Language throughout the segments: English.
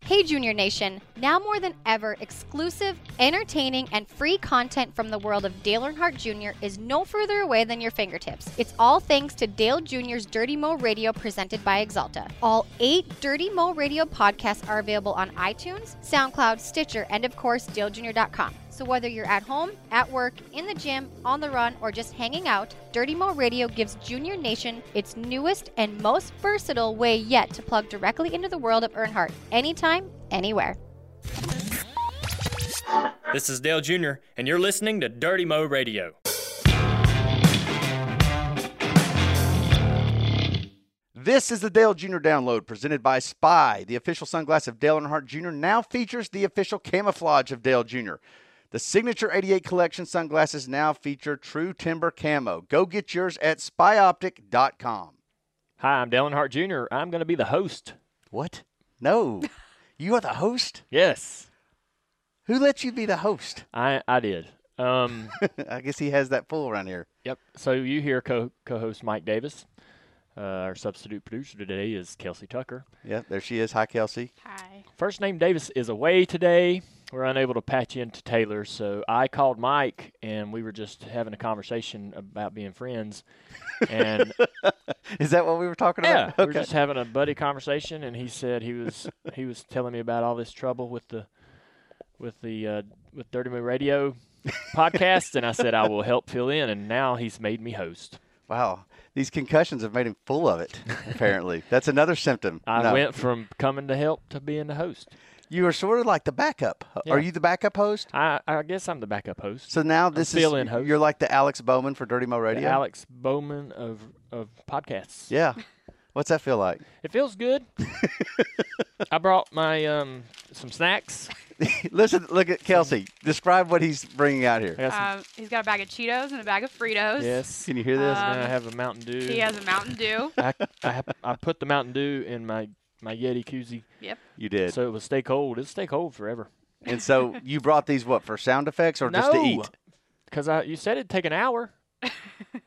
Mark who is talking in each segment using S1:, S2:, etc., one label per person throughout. S1: Hey, Junior Nation, now more than ever, exclusive, entertaining, and free content from the world of Dale Earnhardt Jr. is no further away than your fingertips. It's all thanks to Dale Jr.'s Dirty Mo Radio presented by Exalta. All eight Dirty Mo Radio podcasts are available on iTunes, SoundCloud, Stitcher, and of course, DaleJr.com. So whether you're at home, at work, in the gym, on the run, or just hanging out, Dirty Mo Radio gives Junior Nation its newest and most versatile way yet to plug directly into the world of Earnhardt, anytime, anywhere.
S2: This is Dale Jr., and you're listening to Dirty Mo Radio.
S3: This is the Dale Jr. download presented by Spy. The official sunglass of Dale Earnhardt Jr. now features the official camouflage of Dale Jr. The signature 88 collection sunglasses now feature true timber camo. Go get yours at spyoptic.com.
S4: Hi, I'm Dale Earnhardt Jr. I'm going to be the host.
S3: What? No. you are the host?
S4: Yes,
S3: Who lets you be the host?
S4: I I did. Um,
S3: I guess he has that fool around here.
S4: yep. So you hear co co-host Mike Davis. Uh, our substitute producer today is Kelsey Tucker.
S3: Yeah, there she is. Hi, Kelsey.
S5: Hi.
S4: First name Davis is away today. We're unable to patch into Taylor, so I called Mike and we were just having a conversation about being friends. And
S3: Is that what we were talking
S4: yeah,
S3: about?
S4: we were just having a buddy conversation, and he said he was he was telling me about all this trouble with the with the uh, with Dirty Mo Radio podcast, and I said I will help fill in, and now he's made me host.
S3: Wow. These concussions have made him full of it, apparently. That's another symptom.
S4: I
S3: No.
S4: went from coming to help to being the host.
S3: You are sort of like the backup. Are
S4: Yeah.
S3: you the backup host?
S4: I I guess I'm the backup host.
S3: So now this is
S4: fill-in host.
S3: you're like the Alex Bowman for Dirty Mo
S4: The
S3: Radio.
S4: Alex Bowman of of podcasts.
S3: Yeah. What's that feel like?
S4: It feels good. I brought my um some snacks.
S3: Listen, look at Kelsey. Describe what he's bringing out
S4: I
S3: here.
S4: got some,
S5: Um, he's got a bag of Cheetos and a bag of Fritos.
S4: yes.
S3: Can you hear this?
S4: and I
S5: um,
S4: have a Mountain Dew.
S5: He has a Mountain Dew.
S4: I, I, hap- I put the Mountain Dew in my, my Yeti koozie,
S5: Yep.
S3: you did.
S4: so it would stay cold. It'll stay cold forever.
S3: and so you brought these what for sound effects or just to eat?
S4: Because I you said it'd take an hour.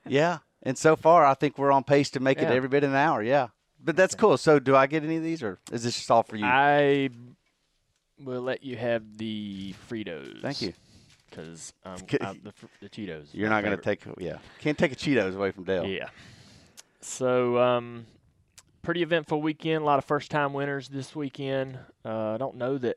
S3: Yeah. And so far, I think we're on pace to make
S4: Yeah.
S3: it every bit an hour. Yeah. But that's cool. So do I get any of these, or is this just all for you?
S4: I will let you have the Fritos.
S3: Thank you.
S4: Because um,
S3: K-
S4: I- the, fr- the Cheetos.
S3: You're
S4: my
S3: not going to
S4: favorite.
S3: take. Yeah. Can't take a Cheetos away from Dale.
S4: Yeah. So, um, pretty eventful weekend. A lot of first time winners this weekend. Uh, I don't know that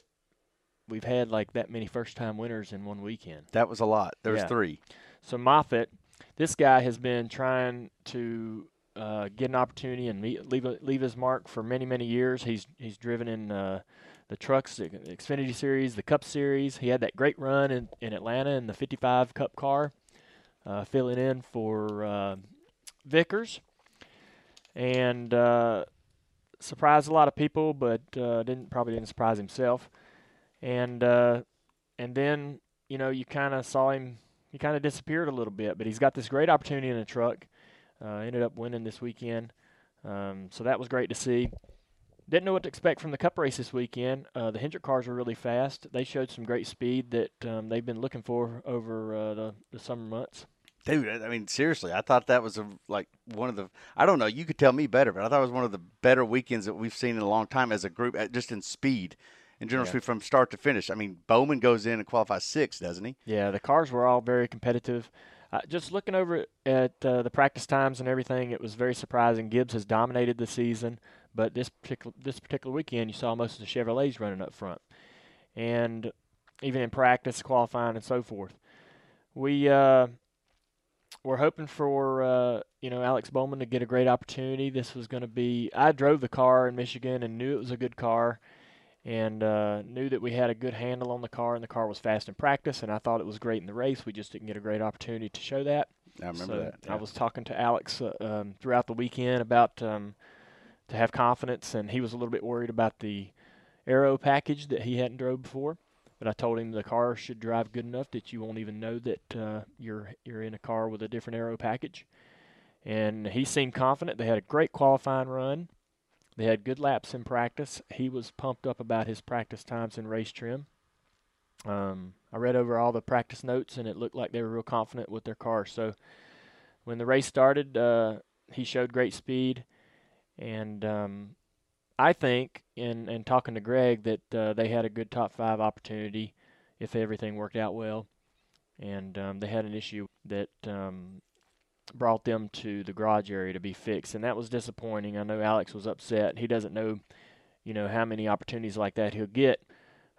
S4: we've had like that many first time winners in one weekend.
S3: That was a lot. There was
S4: Yeah.
S3: three.
S4: So Moffitt, this guy has been trying to uh, get an opportunity and me- leave a- leave his mark for many many years. He's he's driven in uh, the trucks, the Xfinity Series, the Cup Series. He had that great run in, in Atlanta in the 55 Cup car, uh, filling in for uh, Vickers, and uh, surprised a lot of people, but uh, didn't probably didn't surprise himself. And uh, and then you know you kind of saw him he kind of disappeared a little bit, but he's got this great opportunity in a truck. Uh, ended up winning this weekend, um, so that was great to see. Didn't know what to expect from the Cup race this weekend. Uh, the Hendrick cars were really fast. They showed some great speed that um, they've been looking for over uh, the, the summer months.
S3: Dude, I I mean, seriously, I thought that was a, like one of the. I don't know. You could tell me better, but I thought it was one of the better weekends that we've seen in a long time as a group, uh, just in speed, in general
S4: Yeah.
S3: speed from start to finish. I mean, Bowman goes in and qualifies six, doesn't he?
S4: Yeah, the cars were all very competitive. Uh, just looking over at uh, the practice times and everything, it was very surprising. Gibbs has dominated the season, but this particular this particular weekend, you saw most of the Chevrolets running up front, and even in practice, qualifying, and so forth. We uh, were hoping for uh, you know Alex Bowman to get a great opportunity. This was going to be. I drove the car in Michigan and knew it was a good car and uh, knew that we had a good handle on the car and the car was fast in practice and I thought it was great in the race. We just didn't get a great opportunity to show that.
S3: I remember
S4: So
S3: that.
S4: I was talking to Alex uh, um, throughout the weekend about um, to have confidence and he was a little bit worried about the aero package that he hadn't drove before. But I told him the car should drive good enough that you won't even know that uh, you're you're in a car with a different aero package. And he seemed confident. They had a great qualifying run. They had good laps in practice. He was pumped up about his practice times and race trim. Um, I read over all the practice notes, and it looked like they were real confident with their car. So when the race started, uh, he showed great speed, and um, I think, in and talking to Greg, that uh, they had a good top five opportunity if everything worked out well, and um, they had an issue that um, brought them to the garage area to be fixed, and that was disappointing. I know Alex was upset. He doesn't know, you know, how many opportunities like that he'll get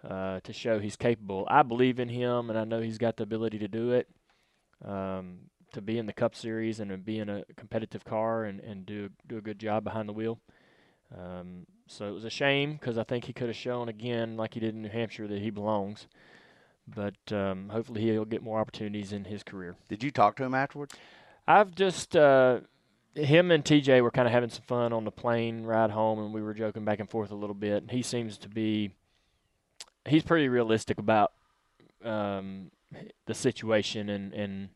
S4: uh, to show he's capable. I believe in him, and I know he's got the ability to do it. Um, to be in the Cup Series and to be in a competitive car and, and do do a good job behind the wheel. Um, so it was a shame because I think he could have shown again, like he did in New Hampshire, that he belongs. But um, hopefully he'll get more opportunities in his career.
S3: Did you talk to him afterwards?
S4: I've just uh, him and TJ were kind of having some fun on the plane ride home, and we were joking back and forth a little bit. He seems to be he's pretty realistic about um, the situation and and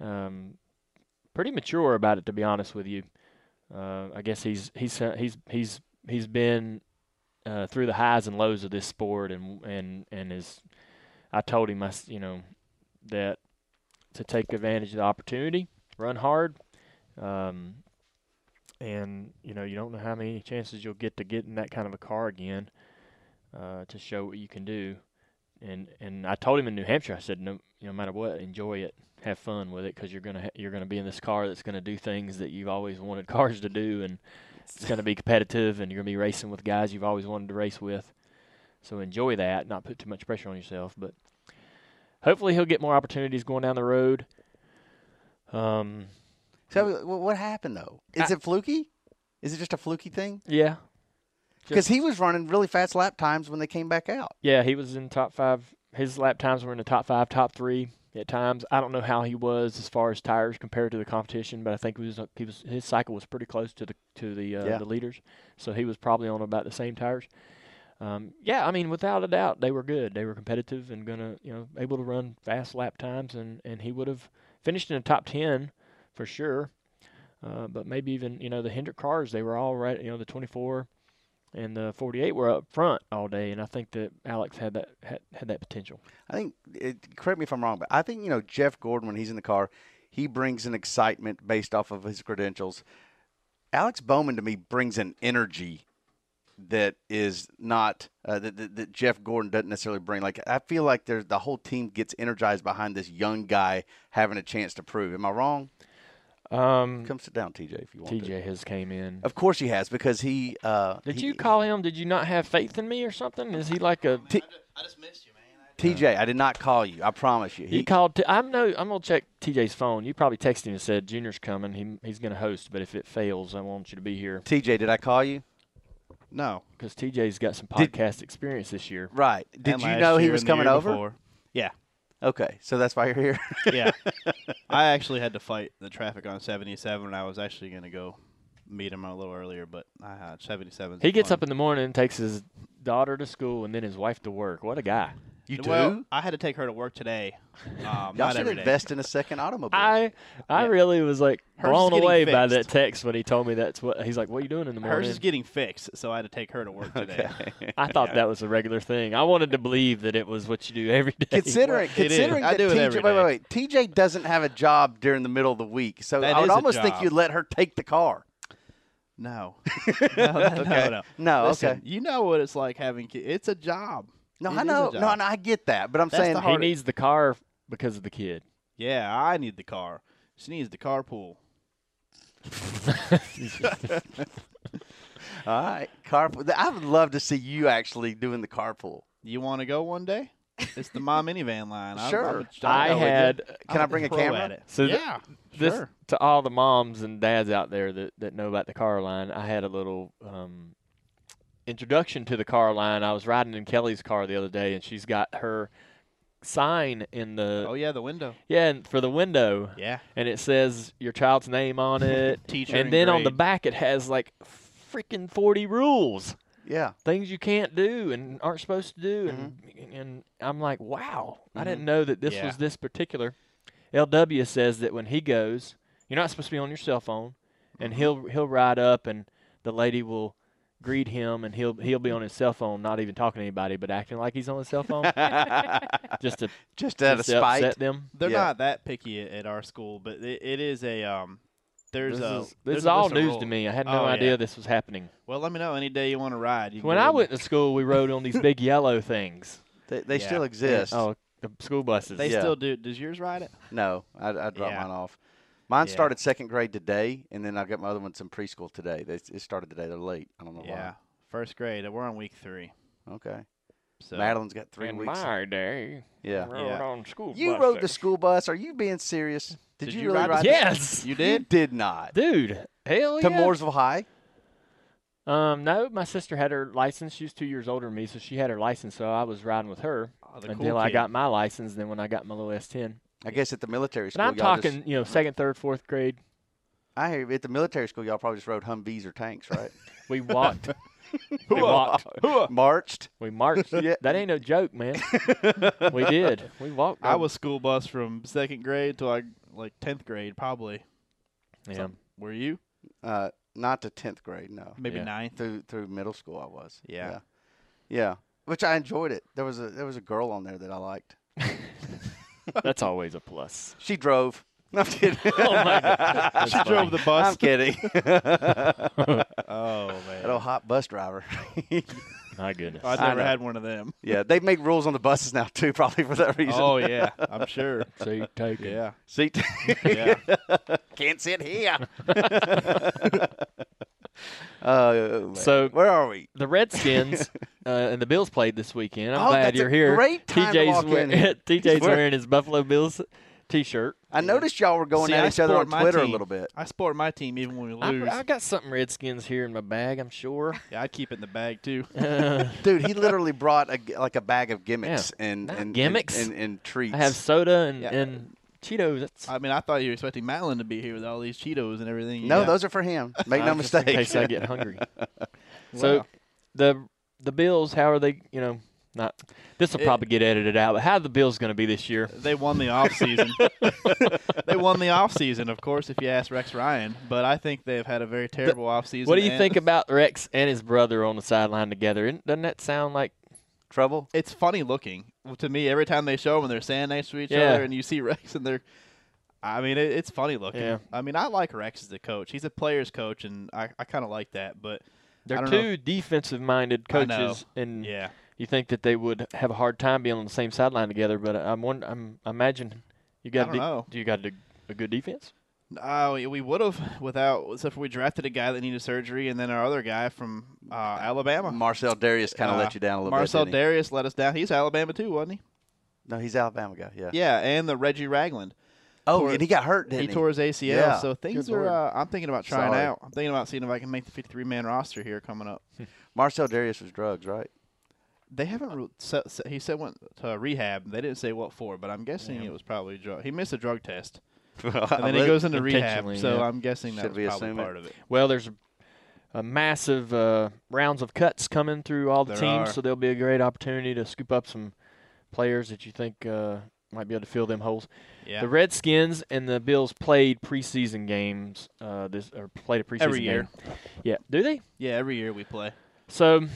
S4: um, pretty mature about it, to be honest with you. Uh, I guess he's he's he's he's he's been uh, through the highs and lows of this sport, and and and is. I told him, I s you know, that to take advantage of the opportunity, run hard, um, and you know you don't know how many chances you'll get to get in that kind of a car again uh, to show what you can do. And and I told him in New Hampshire, I said, no, no matter what, enjoy it, have fun with it, because you're gonna ha- you're gonna be in this car that's gonna do things that you've always wanted cars to do, and it's gonna be competitive, and you're gonna be racing with guys you've always wanted to race with. So enjoy that, not put too much pressure on yourself, but hopefully he'll get more opportunities going down the road. Um,
S3: So wh- what happened though? Is it fluky? Is it just a fluky thing?
S4: yeah,
S3: Because he was running really fast lap times when they came back out.
S4: Yeah, he was in top five. His lap times were in the top five, top three at times. I don't know how he was as far as tires compared to the competition, but I think he was he was his cycle was pretty close to the to the uh,
S3: Yeah.
S4: the leaders, so he was probably on about the same tires. Um, yeah, I mean, without a doubt, they were good. They were competitive and gonna you know able to run fast lap times, and and he would have finished in the top ten for sure. Uh, but maybe even you know the Hendrick cars, they were all right. You know the 24 and the 48 were up front all day, and I think that Alex had that had, had that potential.
S3: I think. It, correct me if I'm wrong, but I think you know Jeff Gordon when he's in the car, he brings an excitement based off of his credentials. Alex Bowman to me brings an energy that is not uh, that, that, that Jeff Gordon doesn't necessarily bring. Like I feel like there's the whole team gets energized behind this young guy having a chance to prove. Am I wrong?
S4: Mm-hmm. Um,
S3: Come sit down, TJ, if you want. To.
S4: TJ has came in.
S3: Of course he has because he. Uh,
S4: Did
S3: he-
S4: you call him? Did you not have faith in me or something? Is he like a?
S6: I just missed you, man. I-
S3: TJ? I did not call you. I promise you.
S4: He called. T- I know. I'm gonna check TJ's phone. You probably texted him and said Junior's coming. He he's gonna host, but if it fails, I want you to be here
S3: TJ, did I call you? No.
S4: because TJ's got some
S3: Did-
S4: podcast experience this year.
S3: Right. Did
S6: and
S3: you
S6: last
S3: know he
S6: year
S3: was
S6: and the
S3: coming
S6: year
S3: over?
S6: before. Yeah,
S3: Okay, so that's why you're here.
S6: yeah. I actually had to fight the traffic on 77, and I was actually going to go meet him a little earlier, but ah, I had 77.
S4: He gets up in the morning, and takes his daughter to school, and then his wife to work. What a guy!
S3: You
S6: Well, I had to take her to work today. Um,
S3: Y'all
S6: not
S3: should
S6: every day.
S3: invest in a second automobile.
S4: I I
S6: Yeah.
S4: really was like
S6: Hers is
S4: blown
S6: getting
S4: away by that
S6: fixed.
S4: text when he told me that's what he's like. What are you doing in the morning?
S6: Hers is getting fixed, so I had to take her to work today.
S4: I thought that was a regular thing. I wanted to believe that it was what you do every day.
S3: considering
S6: It is.
S3: considering
S6: I
S3: that
S6: do it
S3: TJ,
S6: every
S3: wait,
S6: day.
S3: wait, wait, TJ doesn't have a job during the middle of the week, so
S6: That
S3: I would
S6: is a
S3: almost think
S6: job.
S3: you'd let her take the car.
S6: No. no, no,
S3: Okay.
S6: no.
S3: No,
S6: Listen,
S3: okay.
S6: You know what it's like having kids. It's a job.
S3: No,
S6: It
S3: I
S6: is a
S3: know, no,
S6: job.
S3: no, I get that, but I'm
S6: That's
S3: saying
S6: the
S4: he
S6: hard-
S4: needs the car because of the kid.
S6: Yeah, I need the car. She needs the carpool.
S3: all right, carpool. I would love to see you actually doing the carpool.
S6: You want to go one day? It's the my minivan line. I-
S3: Sure.
S6: I, would-
S4: I
S6: I would-
S4: had
S3: Can I
S6: I'm a
S3: bring a
S6: pro
S3: camera?
S6: at it.
S4: so th-
S6: yeah,
S4: this
S6: sure.
S4: to all the moms and dads out there that that know about the car line. I had a little um, introduction to the car line. I was riding in Kelly's car the other day, and she's got her sign in the
S6: Oh yeah, the window.
S4: yeah and for the window.
S6: Yeah.
S4: and it says your child's name on it.
S6: Teacher
S4: and
S6: and
S4: then on the
S6: grade.
S4: back it has like freaking 40 rules,
S3: Yeah,
S4: things you can't do and aren't supposed to do. And, and I'm like, wow, I didn't know that this
S6: Mm-hmm. Yeah.
S4: was this particular. LW says that when he goes, you're not supposed to be on your cell phone, and
S6: Mm-hmm.
S4: he'll he'll ride up and the lady will greet him and he'll he'll be on his cell phone, not even talking to anybody, but acting like he's on his cell phone, just to,
S3: just out of
S4: just to
S3: spite.
S4: upset them.
S6: They're
S3: Yeah.
S6: not that picky at, at our school, but it, it is a um, There's
S4: this
S6: a
S4: is, this
S6: there's
S4: is
S6: a-
S4: all
S6: there's a
S4: news
S6: rule.
S4: to me. I had
S6: Oh,
S4: no
S6: yeah.
S4: idea this was happening.
S6: Well, let me know any day you want to ride. You can
S4: When
S6: go
S4: I
S6: and-
S4: went to school, we rode on these big yellow things.
S3: They, they
S6: Yeah.
S3: still
S6: Yeah.
S3: exist.
S4: Oh, the school buses.
S6: they
S3: yeah.
S6: still do. Does yours ride it?
S3: No, I, I dropped
S6: Yeah.
S3: mine off. Mine
S6: Yeah.
S3: started second grade today, and then I got my other ones in preschool today. They it started today. They're late. I don't know
S6: Yeah, first grade. We're on week three.
S3: why. Okay.
S6: So
S3: Madeline's got three
S4: In
S3: weeks.
S4: my day,
S3: Yeah.
S4: rode
S6: Yeah.
S4: on school
S3: You
S4: buses.
S3: rode the school bus. Are you being serious? Did, you, really
S6: ride
S3: ride?
S6: the-
S3: the-
S4: Yes,
S6: you
S3: You
S6: did.
S3: did not. Oh,
S4: dude. Hell
S3: to
S4: yeah.
S3: Mooresville High.
S4: Um, no, my sister had her license. She was two years older than me, so she had her license. So I was riding with her
S6: Oh, the
S4: until
S6: cool
S4: I
S6: kid.
S4: got my license. Then when I got my little S10,
S3: I guess at the military
S4: but
S3: school.
S4: I'm
S3: y'all just-
S4: talking, you know, second, third, fourth grade.
S3: I hear at the military school, y'all probably just rode Humvees or tanks, right?
S4: We walked. we walked.
S3: Marched.
S4: We marched.
S3: Yeah.
S4: That ain't no joke, man. we did. We walked.
S6: I
S4: on-
S6: was school bus from second grade to like like tenth grade probably.
S4: Yeah.
S6: Were you?
S3: Uh, not to tenth grade. No.
S6: Maybe
S4: Yeah.
S6: ninth.
S3: Through through middle school, I was.
S6: Yeah.
S3: Yeah. Yeah. Which I enjoyed it. There was a there was a girl on there that I liked.
S4: That's always a plus.
S3: She drove. No, I'm kidding.
S4: Oh my God. That's
S6: She
S4: funny.
S6: drove the
S3: I'm
S6: bus.
S3: kidding.
S6: oh man,
S3: That old hot bus driver.
S4: My goodness.
S6: I've
S3: I
S6: never
S3: know.
S6: had one of them.
S3: yeah, they make rules on the buses now too, probably for that reason.
S6: Oh yeah, I'm sure.
S4: See, take it.
S6: Yeah,
S3: Seat.
S6: yeah.
S3: Can't sit here. Oh, man.
S4: So-
S3: where are we?
S4: The Redskins uh, and the Bills played this weekend. I'm
S3: Oh,
S4: glad
S3: that's a
S4: you're here.
S3: great time to
S4: TJ's
S3: walk in
S4: wear-
S3: here.
S4: TJ's
S3: Wear-
S4: wearing his Buffalo Bills t-shirt.
S3: I noticed y'all were going
S6: See,
S3: at
S6: I
S3: each other on
S6: support my
S3: Twitter a
S6: team.
S3: little bit.
S6: I support my team even when we
S4: I'm-
S6: lose.
S4: I got something Redskins here in my bag. I'm sure.
S6: yeah, I keep it in the bag too.
S4: Uh,
S3: Dude, he literally brought a, g- like a bag of gimmicks and,
S4: Not
S3: and
S4: gimmicks.
S3: and, and, and treats.
S4: I have soda and,
S6: Yeah.
S4: and Cheetos. That's
S6: I mean, I thought you were expecting Madeline to be here with all these Cheetos and everything. you
S3: no,
S6: got.
S3: those are for him. Make no
S4: I'm just in
S3: mistake.
S4: case I get hungry. So
S6: Wow.
S4: the the Bills, how are they? You know, not this will
S6: It-
S4: probably get edited out. But how are the Bills going to be this year?
S6: They won the off season. they won the off season, of course, if you ask Rex Ryan. But I think they've had a very terrible off season.
S4: What do you think about Rex and his brother on the sideline together? Isn't- Doesn't that sound like
S3: Trouble.
S6: It's funny looking to me every time they show them. They're standing next to each
S4: Yeah.
S6: other, and you see Rex, and they're. I mean, it, it's funny looking.
S4: Yeah.
S6: I mean, I like Rex as a coach. He's a player's coach, and I, I kind of like that. But
S4: they're
S6: don't know
S4: two defensive-minded
S6: I know.
S4: coaches,
S3: Mm.
S4: and
S6: yeah,
S4: you think that they would have a hard time being on the same sideline together? But I'm wonder, I'm I imagine you got
S6: don't know.
S4: do you got to a good defense?
S6: Uh, we- we would have without except for we drafted a guy that needed surgery, and then our other guy from uh, Alabama,
S3: Marcel Darius kind of
S6: Uh,
S3: let you down a little
S6: Marcel
S3: bit. didn't
S6: Darius let us down. He's Alabama too, wasn't
S3: he? No, he's Alabama guy. Yeah.
S6: he? Yeah, and the Reggie Ragland.
S3: Oh,
S6: tore-
S3: and he got hurt,
S6: He,
S3: didn't he?
S6: tore his ACL.
S3: Yeah.
S6: So things
S3: Good
S6: are.
S3: Lord.
S6: Uh, I'm thinking about trying
S3: Sorry.
S6: out. I'm thinking about seeing if I can make the 53 man roster here coming up.
S3: Marcel Darius was drugs, right?
S6: They haven't. Re- se- se- he said went to rehab. They didn't say what for, but I'm guessing it was probably drug. He missed a drug test,
S3: Uh,
S6: and then he goes into rehab.
S4: Intentionally,
S6: So
S4: yeah.
S6: I'm guessing
S3: Should
S6: that's
S3: we
S6: probably
S3: assume it?
S6: part of it.
S4: Well, there's a, a massive uh, rounds of cuts coming through all the
S6: There
S4: teams,
S6: are.
S4: so there'll be a great opportunity to scoop up some players that you think uh, might be able to fill them holes.
S6: Yeah.
S4: The Redskins and the Bills played preseason games. Uh, this or played a preseason
S6: Every year.
S4: game. Yeah, do they?
S6: yeah. Every year we play.
S4: So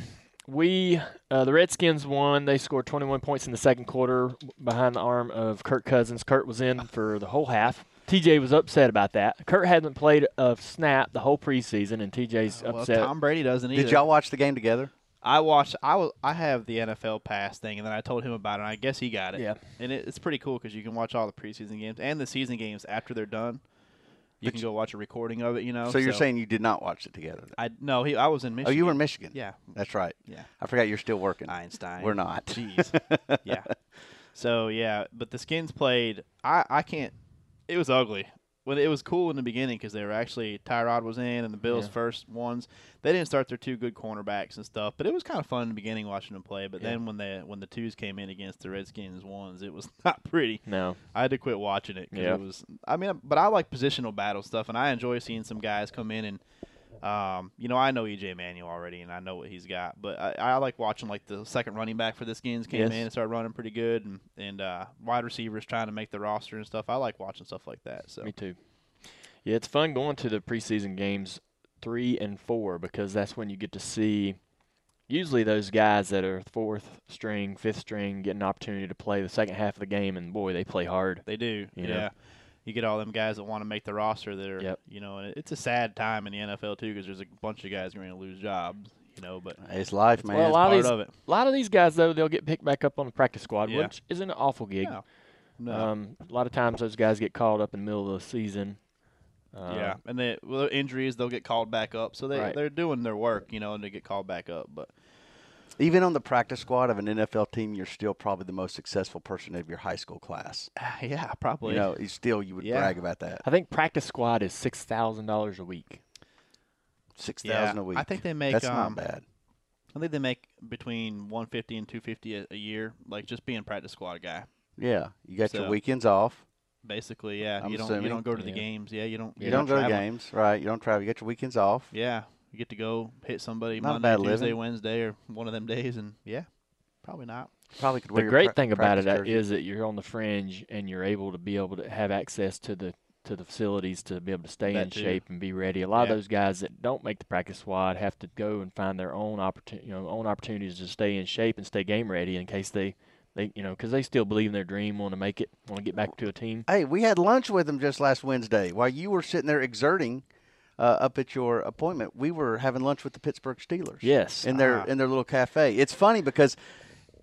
S4: we uh, the Redskins won. They scored 21 points in the second quarter behind the arm of Kirk Cousins. Kurt was in for the whole half. TJ was upset about that. Kurt hadn't played a snap the whole preseason, and TJ's
S6: Well,
S4: upset.
S6: Tom Brady doesn't either.
S3: Did y'all watch the game together?
S6: I watched. I was. I have the NFL Pass thing, and then I told him about it. and I guess he got it.
S4: Yeah.
S6: And it, it's pretty cool because you can watch all the preseason games and the season games after they're done. You can go watch a recording of it. You know.
S3: So you're saying you did not watch it together?
S6: I no. He. I was in
S3: Oh,
S6: Michigan.
S3: you were in Michigan.
S6: Yeah.
S3: that's right.
S6: Yeah.
S3: I forgot you're still working.
S6: Einstein.
S3: We're not.
S6: Jeez. yeah. So yeah, but the Skins played. I I can't. It was ugly. When it was cool in the beginning because they were actually Tyrod was in and the Bills
S4: Yeah.
S6: first ones. They didn't start their two good cornerbacks and stuff, but it was kind of fun in the beginning watching them play. But
S4: Yeah.
S6: then when they when the twos came in against the Redskins ones, it was not pretty.
S4: no,
S6: I had to quit watching it 'cause
S4: Yeah.
S6: it was. I mean, but I like positional battle stuff, and I enjoy seeing some guys come in and. Um, you know, I know EJ Manuel already, and I know what he's got, but I, I like watching like the second running back for the Skins came
S4: Yes.
S6: in and started running pretty good, and and uh, wide receivers trying to make the roster and stuff. I like watching stuff like that. So
S4: me too. Yeah, it's fun going to the preseason games three and four because that's when you get to see usually those guys that are fourth string, fifth string get an opportunity to play the second half of the game, and boy, they play hard.
S6: they do,
S4: You know.
S6: yeah. you get all them guys that want to make the roster that are,
S4: Yep.
S6: you know, and it's a sad time in the NFL too because there's a bunch of guys going to lose jobs, you know. But
S3: It's life, man.
S4: Well, a lot
S6: part
S4: of these,
S6: of it.
S4: a lot of these guys though, they'll get picked back up on the practice squad,
S6: Yeah.
S4: which is an awful gig.
S6: No, no,
S4: Um, a lot of times those guys get called up in the middle of the season. Uh,
S6: yeah, Um, and they well, their injuries they'll get called back up, so they
S4: Right.
S6: they're doing their work, you know, and they get called back up. But
S3: Even on the practice squad of an NFL team, you're still probably the most successful person of your high school class.
S6: yeah, probably.
S3: You know, you still you would
S6: Yeah.
S3: brag about that.
S4: I think practice squad is six thousand dollars a week.
S3: Six
S6: Yeah,
S3: thousand a week.
S6: I think they make,
S3: that's
S6: um,
S3: not bad.
S6: I think they make between 150 and 250 a, a year, like just being practice squad guy.
S3: Yeah, you got your
S6: so-
S3: weekends off.
S6: Basically, yeah.
S3: I'm
S6: you don't
S3: assuming.
S6: you don't go to the
S4: Yeah.
S6: games. Yeah, you don't
S3: You don't go to
S6: travel.
S3: games, right? You don't travel. You get your weekends off.
S6: Yeah, you get to go hit somebody
S3: Not a
S6: Monday,
S3: bad
S6: Tuesday,
S3: living.
S6: Wednesday, or one of them days, and yeah, probably not.
S3: Probably could wear
S4: The
S3: your
S4: great
S3: pra-
S4: thing about it uh,
S3: practice
S4: is
S3: jersey.
S4: that you're on the fringe and you're able to be able to have access to the to the facilities to be able to stay
S6: That
S4: in
S6: too.
S4: shape and be ready. A lot
S6: Yeah.
S4: of those guys that don't make the practice squad have to go and find their own opportunity, you know, own opportunities to stay in shape and stay game ready in case they they you know because they still believe in their dream, want to make it, want to get back to a team.
S3: Hey, we had lunch with them just last Wednesday while you were sitting there exerting uh, up at your appointment. We were having lunch with the Pittsburgh Steelers.
S4: Yes.
S3: in
S6: uh-huh.
S3: their in their little cafe. It's funny because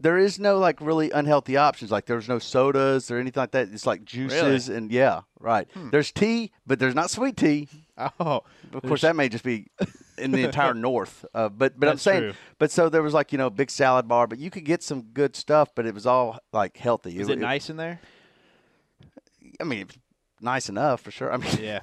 S3: there is no like really unhealthy options. Like there's no sodas or anything like that. It's like juices and yeah, right.
S6: Hmm.
S3: There's tea, but there's not sweet tea.
S6: Oh,
S3: Of course, that may just be in the entire north. Uh, but but I'm
S6: That's
S3: saying,
S6: true.
S3: but so there was like you know big salad bar, but you could get some good stuff, but it was all like healthy.
S6: is it nice in there?
S3: I mean, it's nice enough for sure. I mean,
S6: Yeah,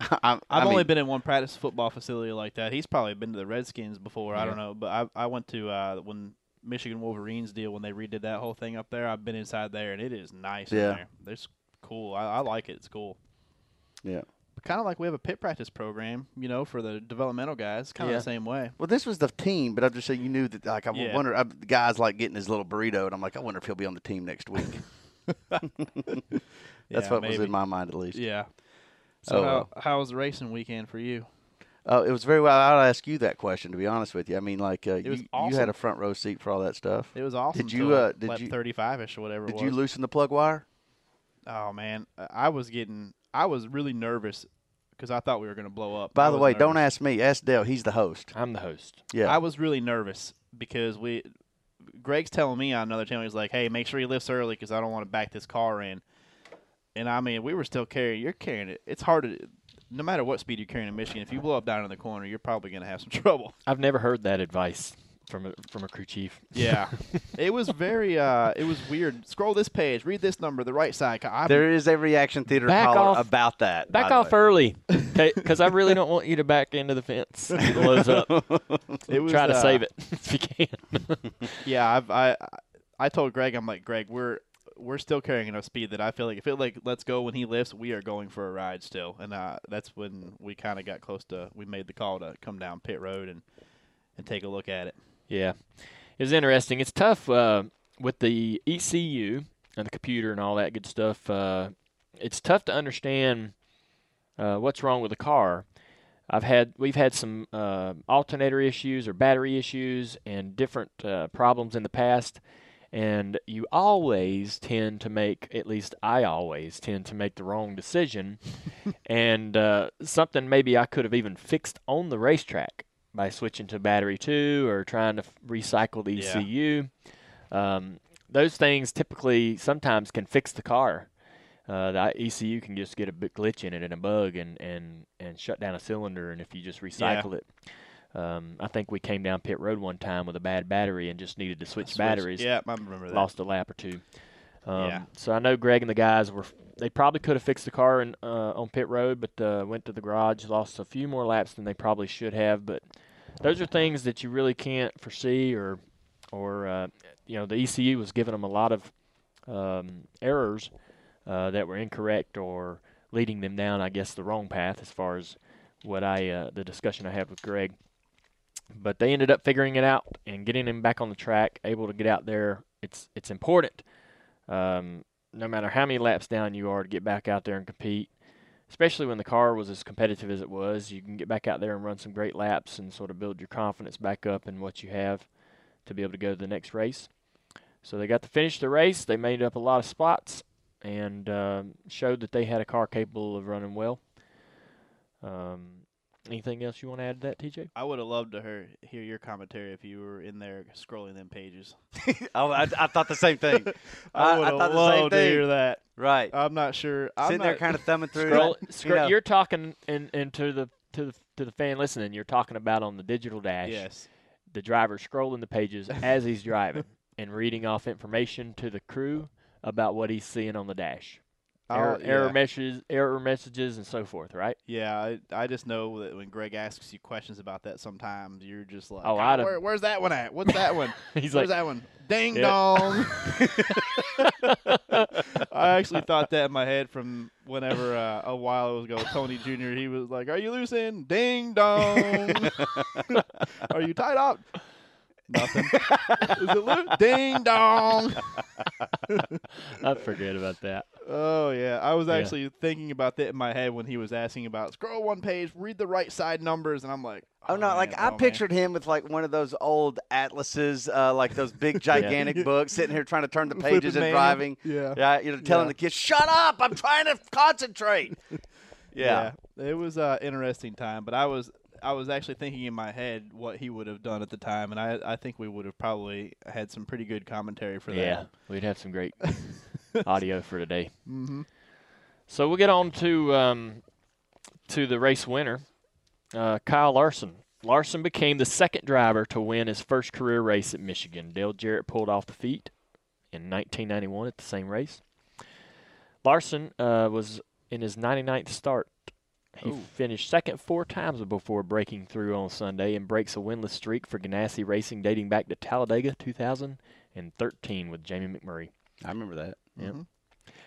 S3: I, I
S6: I've only
S3: mean,
S6: been in one practice football facility like that. He's probably been to the Redskins before. I don't know, but I I went to uh, when Michigan Wolverines deal when they redid that whole thing up there. I've been inside there, and it is nice.
S3: Yeah.
S6: in there. There's cool. I, I like it. It's cool.
S3: Yeah.
S6: Kind of like we have a pit practice program, you know, for the developmental guys. Kind of
S4: Yeah.
S6: the same way.
S3: Well, this was the team, but I'm just saying you knew that. Like, I
S6: Yeah.
S3: wonder. I, the guy's like getting his little burrito, and I'm like, I wonder if he'll be on the team next week. That's
S6: Yeah,
S3: what was
S6: maybe.
S3: in my mind, at least.
S6: Yeah. So
S3: Oh,
S6: how,
S3: well.
S6: how was the racing weekend for you?
S3: Uh, it was very well. I'll ask you that question, to be honest with you. I mean, like, uh, you,
S6: was
S3: you had
S6: awesome.
S3: a front row seat for all that stuff.
S6: It was awesome.
S3: you,
S6: till,
S3: uh,
S6: like,
S3: did
S6: like
S3: you-
S6: 35ish or whatever it
S3: Did you
S6: was.
S3: loosen the plug wire?
S6: Oh man, I- I was getting I was really nervous cuz I thought we were going to blow up.
S3: By
S6: I
S3: the
S6: was
S3: way, don't
S6: nervous.
S3: ask me. Ask Dale. He's the host.
S4: I'm the host.
S3: Yeah.
S6: I was really nervous because we Greg's telling me on another channel he's like, "Hey, make sure he lifts early cuz I don't want to back this car in." And I mean, we were still carrying. You're carrying it. It's hard to no matter what speed you're carrying in Michigan, if you blow up down in the corner, you're probably going to have some trouble.
S4: I've never heard that advice from a from a crew chief.
S6: Yeah. it was very uh it was weird. Scroll this page, read this number, the right side. 'cause I
S3: there is a reaction theater
S4: Back
S3: caller
S4: off-
S3: about that. by
S4: Back
S3: the
S4: off
S3: way.
S4: early, because I really don't want you to back into the fence. It blows up.
S6: it was,
S4: Try to
S6: uh,
S4: save it if you can.
S6: Yeah, I've, I I told Greg, I'm like, Greg, we're we're still carrying enough speed that I feel like if it like let's go when he lifts, we are going for a ride still, and uh, that's when we kind of got close to we made the call to come down pit road and and take a look at it.
S4: Yeah, it was interesting. It's tough uh, with the ECU and the computer and all that good stuff. Uh, it's tough to understand uh, what's wrong with the car. I've had we've had some uh, alternator issues or battery issues and different uh, problems in the past, and you always tend to make at least I always tend to make the wrong decision, and uh, something maybe I could have even fixed on the racetrack by switching to battery two or trying to f- recycle the
S6: Yeah.
S4: ECU. Um, those things typically sometimes can fix the car. Uh, the ECU can just get a bit glitch in it and a bug and, and, and shut down a cylinder. And if you just recycle it, um, I think we came down pit road one time with a bad battery and just needed to switch, batteries.
S6: Yeah, I remember that.
S4: Lost a lap or two. Um,
S6: Yeah.
S4: So I know Greg and the guys were. They probably could have fixed the car in, uh, on pit road, but uh, went to the garage, lost a few more laps than they probably should have. But those are things that you really can't foresee, or, or uh, you know, the ECU was giving them a lot of um, errors uh, that were incorrect or leading them down, I guess, the wrong path as far as what I uh, the discussion I had with Greg. But they ended up figuring it out and getting him back on the track, able to get out there. It's it's important, um, no matter how many laps down you are, to get back out there and compete. Especially when the car was as competitive as it was, you can get back out there and run some great laps and sort of build your confidence back up in what you have to be able to go to the next race. So they got to finish the race. They made up a lot of spots, and um, showed that they had a car capable of running well. Um, anything else you want to add to that, TJ?
S6: I would have loved to hear, hear your commentary if you were in there scrolling them pages.
S3: I, Oh, I, I thought the same thing. I, I
S6: would've
S3: thought the same
S6: loved to hear
S3: thing.
S6: that.
S3: Right.
S6: I'm not sure. Uh, I'm
S3: Sitting
S6: not,
S3: there kind of thumbing through.
S4: Scroll,
S3: it,
S4: scroll,
S3: know.
S4: You're talking and and to the to the to the fan listening. You're talking about on the digital dash.
S6: Yes.
S4: the driver scrolling the pages as he's driving and reading off information to the crew about what he's seeing on the dash. Error,
S6: I'll-
S4: error
S6: Oh, yeah.
S4: messages, error messages, and so forth. Right?
S6: Yeah, I, I just know that when Greg asks you questions about that, sometimes you're just like,
S4: Oh, I'd have-
S6: Where, where's that one at? What's that one?
S4: He's
S6: where's
S4: like,
S6: that one? Ding
S4: Yeah.
S6: dong. I actually thought that in my head from whenever uh, a while ago, Tony Jr. He was like, "Are you loose in? Ding dong. Are you tied up? Nothing. Is it loose? Ding dong."
S4: I forget about that.
S6: Oh yeah, I was
S4: Yeah.
S6: actually thinking about that in my head when he was asking about scroll one page, read the right side numbers, and I'm like,
S3: Oh no! Like
S6: man,
S3: I
S6: oh, man."
S3: pictured him with like one of those old atlases, uh, like those big gigantic books, sitting here trying to turn the
S6: Flipping
S3: pages and
S6: manual.
S3: driving.
S6: Yeah.
S3: Yeah, you know, telling
S6: Yeah.
S3: the kids, "Shut up! I'm trying to concentrate." Yeah.
S6: It was uh, interesting time, but I was I was actually thinking in my head what he would have done at the time, and I I think we would have probably had some pretty good commentary for
S4: Yeah,
S6: that.
S4: we'd have some great audio for today.
S6: Mm-hmm.
S4: So we'll get on to um, to the race winner, uh, Kyle Larson. Larson became the second driver to win his first career race at Michigan. Dale Jarrett pulled off the feet in 1991 at the same race. Larson uh, was in his 99th start. He
S6: Ooh.
S4: finished second four times before breaking through on Sunday and breaks a winless streak for Ganassi Racing dating back to Talladega 2013 with Jamie McMurray.
S3: I remember that.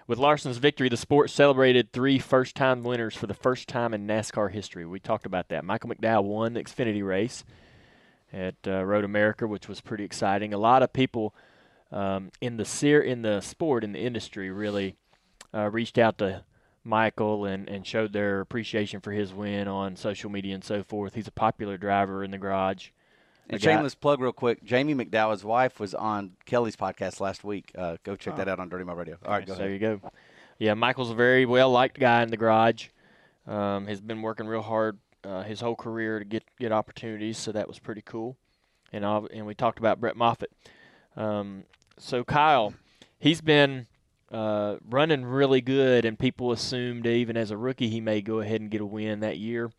S4: With Larson's victory, the sport celebrated three first time winners for the first time in NASCAR history. We talked about that. Michael McDowell won the Xfinity race at uh, Road America, which was pretty exciting. A lot of people um, in the seer in the sport in the industry really uh, reached out to Michael and, and showed their appreciation for his win on social media and so forth. He's a popular driver in the garage.
S3: And
S4: I got-
S3: shameless plug, real quick. Jamie McDowell's wife was on Kelly's podcast last week. Uh, go check that out on Dirty My Radio. All right, go
S4: So there
S3: ahead.
S4: you go. Yeah, Michael's a very well liked guy in the garage. Um, has been working real hard uh, his whole career to get get opportunities, so that was pretty cool. And ob- and we talked about Brett Moffitt. Um, so Kyle, he's been uh, running really good, and people assumed even as a rookie he may go ahead and get a win that year.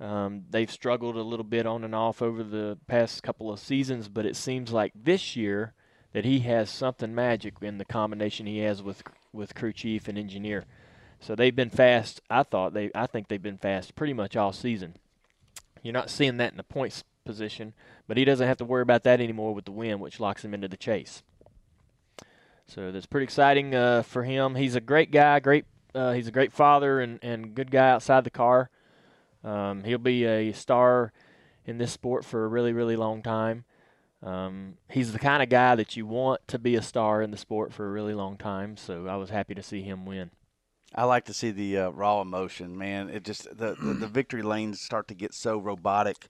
S4: Um, they've struggled a little bit on and off over the past couple of seasons, but it seems like this year that he has something magic in the combination he has with with crew chief and engineer. So they've been fast. I thought they. I think they've been fast pretty much all season. You're not seeing that in the points position, but he doesn't have to worry about that anymore with the win, which locks him into the chase. So that's pretty exciting uh, for him. He's a great guy. Great. Uh, he's a great father and and good guy outside the car. Um, he'll be a star in this sport for a really really long time. Um, he's the kind of guy that you want to be a star in the sport for a really long time. So I was happy to see him win.
S3: I like to see the uh, raw emotion, man. It just the, the
S4: Mm.
S3: the victory lanes start to get so robotic,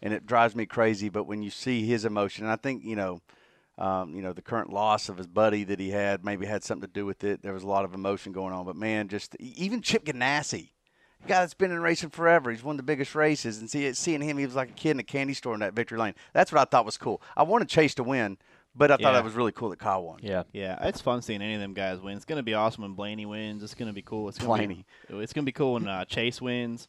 S3: and it drives me crazy. But when you see his emotion, and I think you know, um, you know, the current loss of his buddy that he had maybe had something to do with it. There was a lot of emotion going on. But man, just e, even Chip Ganassi, a guy that's been in racing forever, he's won the biggest races, and see seeing him, he was like a kid in a candy store in that victory lane. That's what I thought was cool. I wanted Chase to win, but I thought
S4: Yeah.
S3: it was really cool that Kyle won.
S4: Yeah.
S6: Yeah, it's fun seeing any of them guys win. It's gonna be awesome when Blaney wins. It's gonna be cool. It's gonna
S3: Blaney.
S6: Be, it's gonna be cool when uh, Chase wins.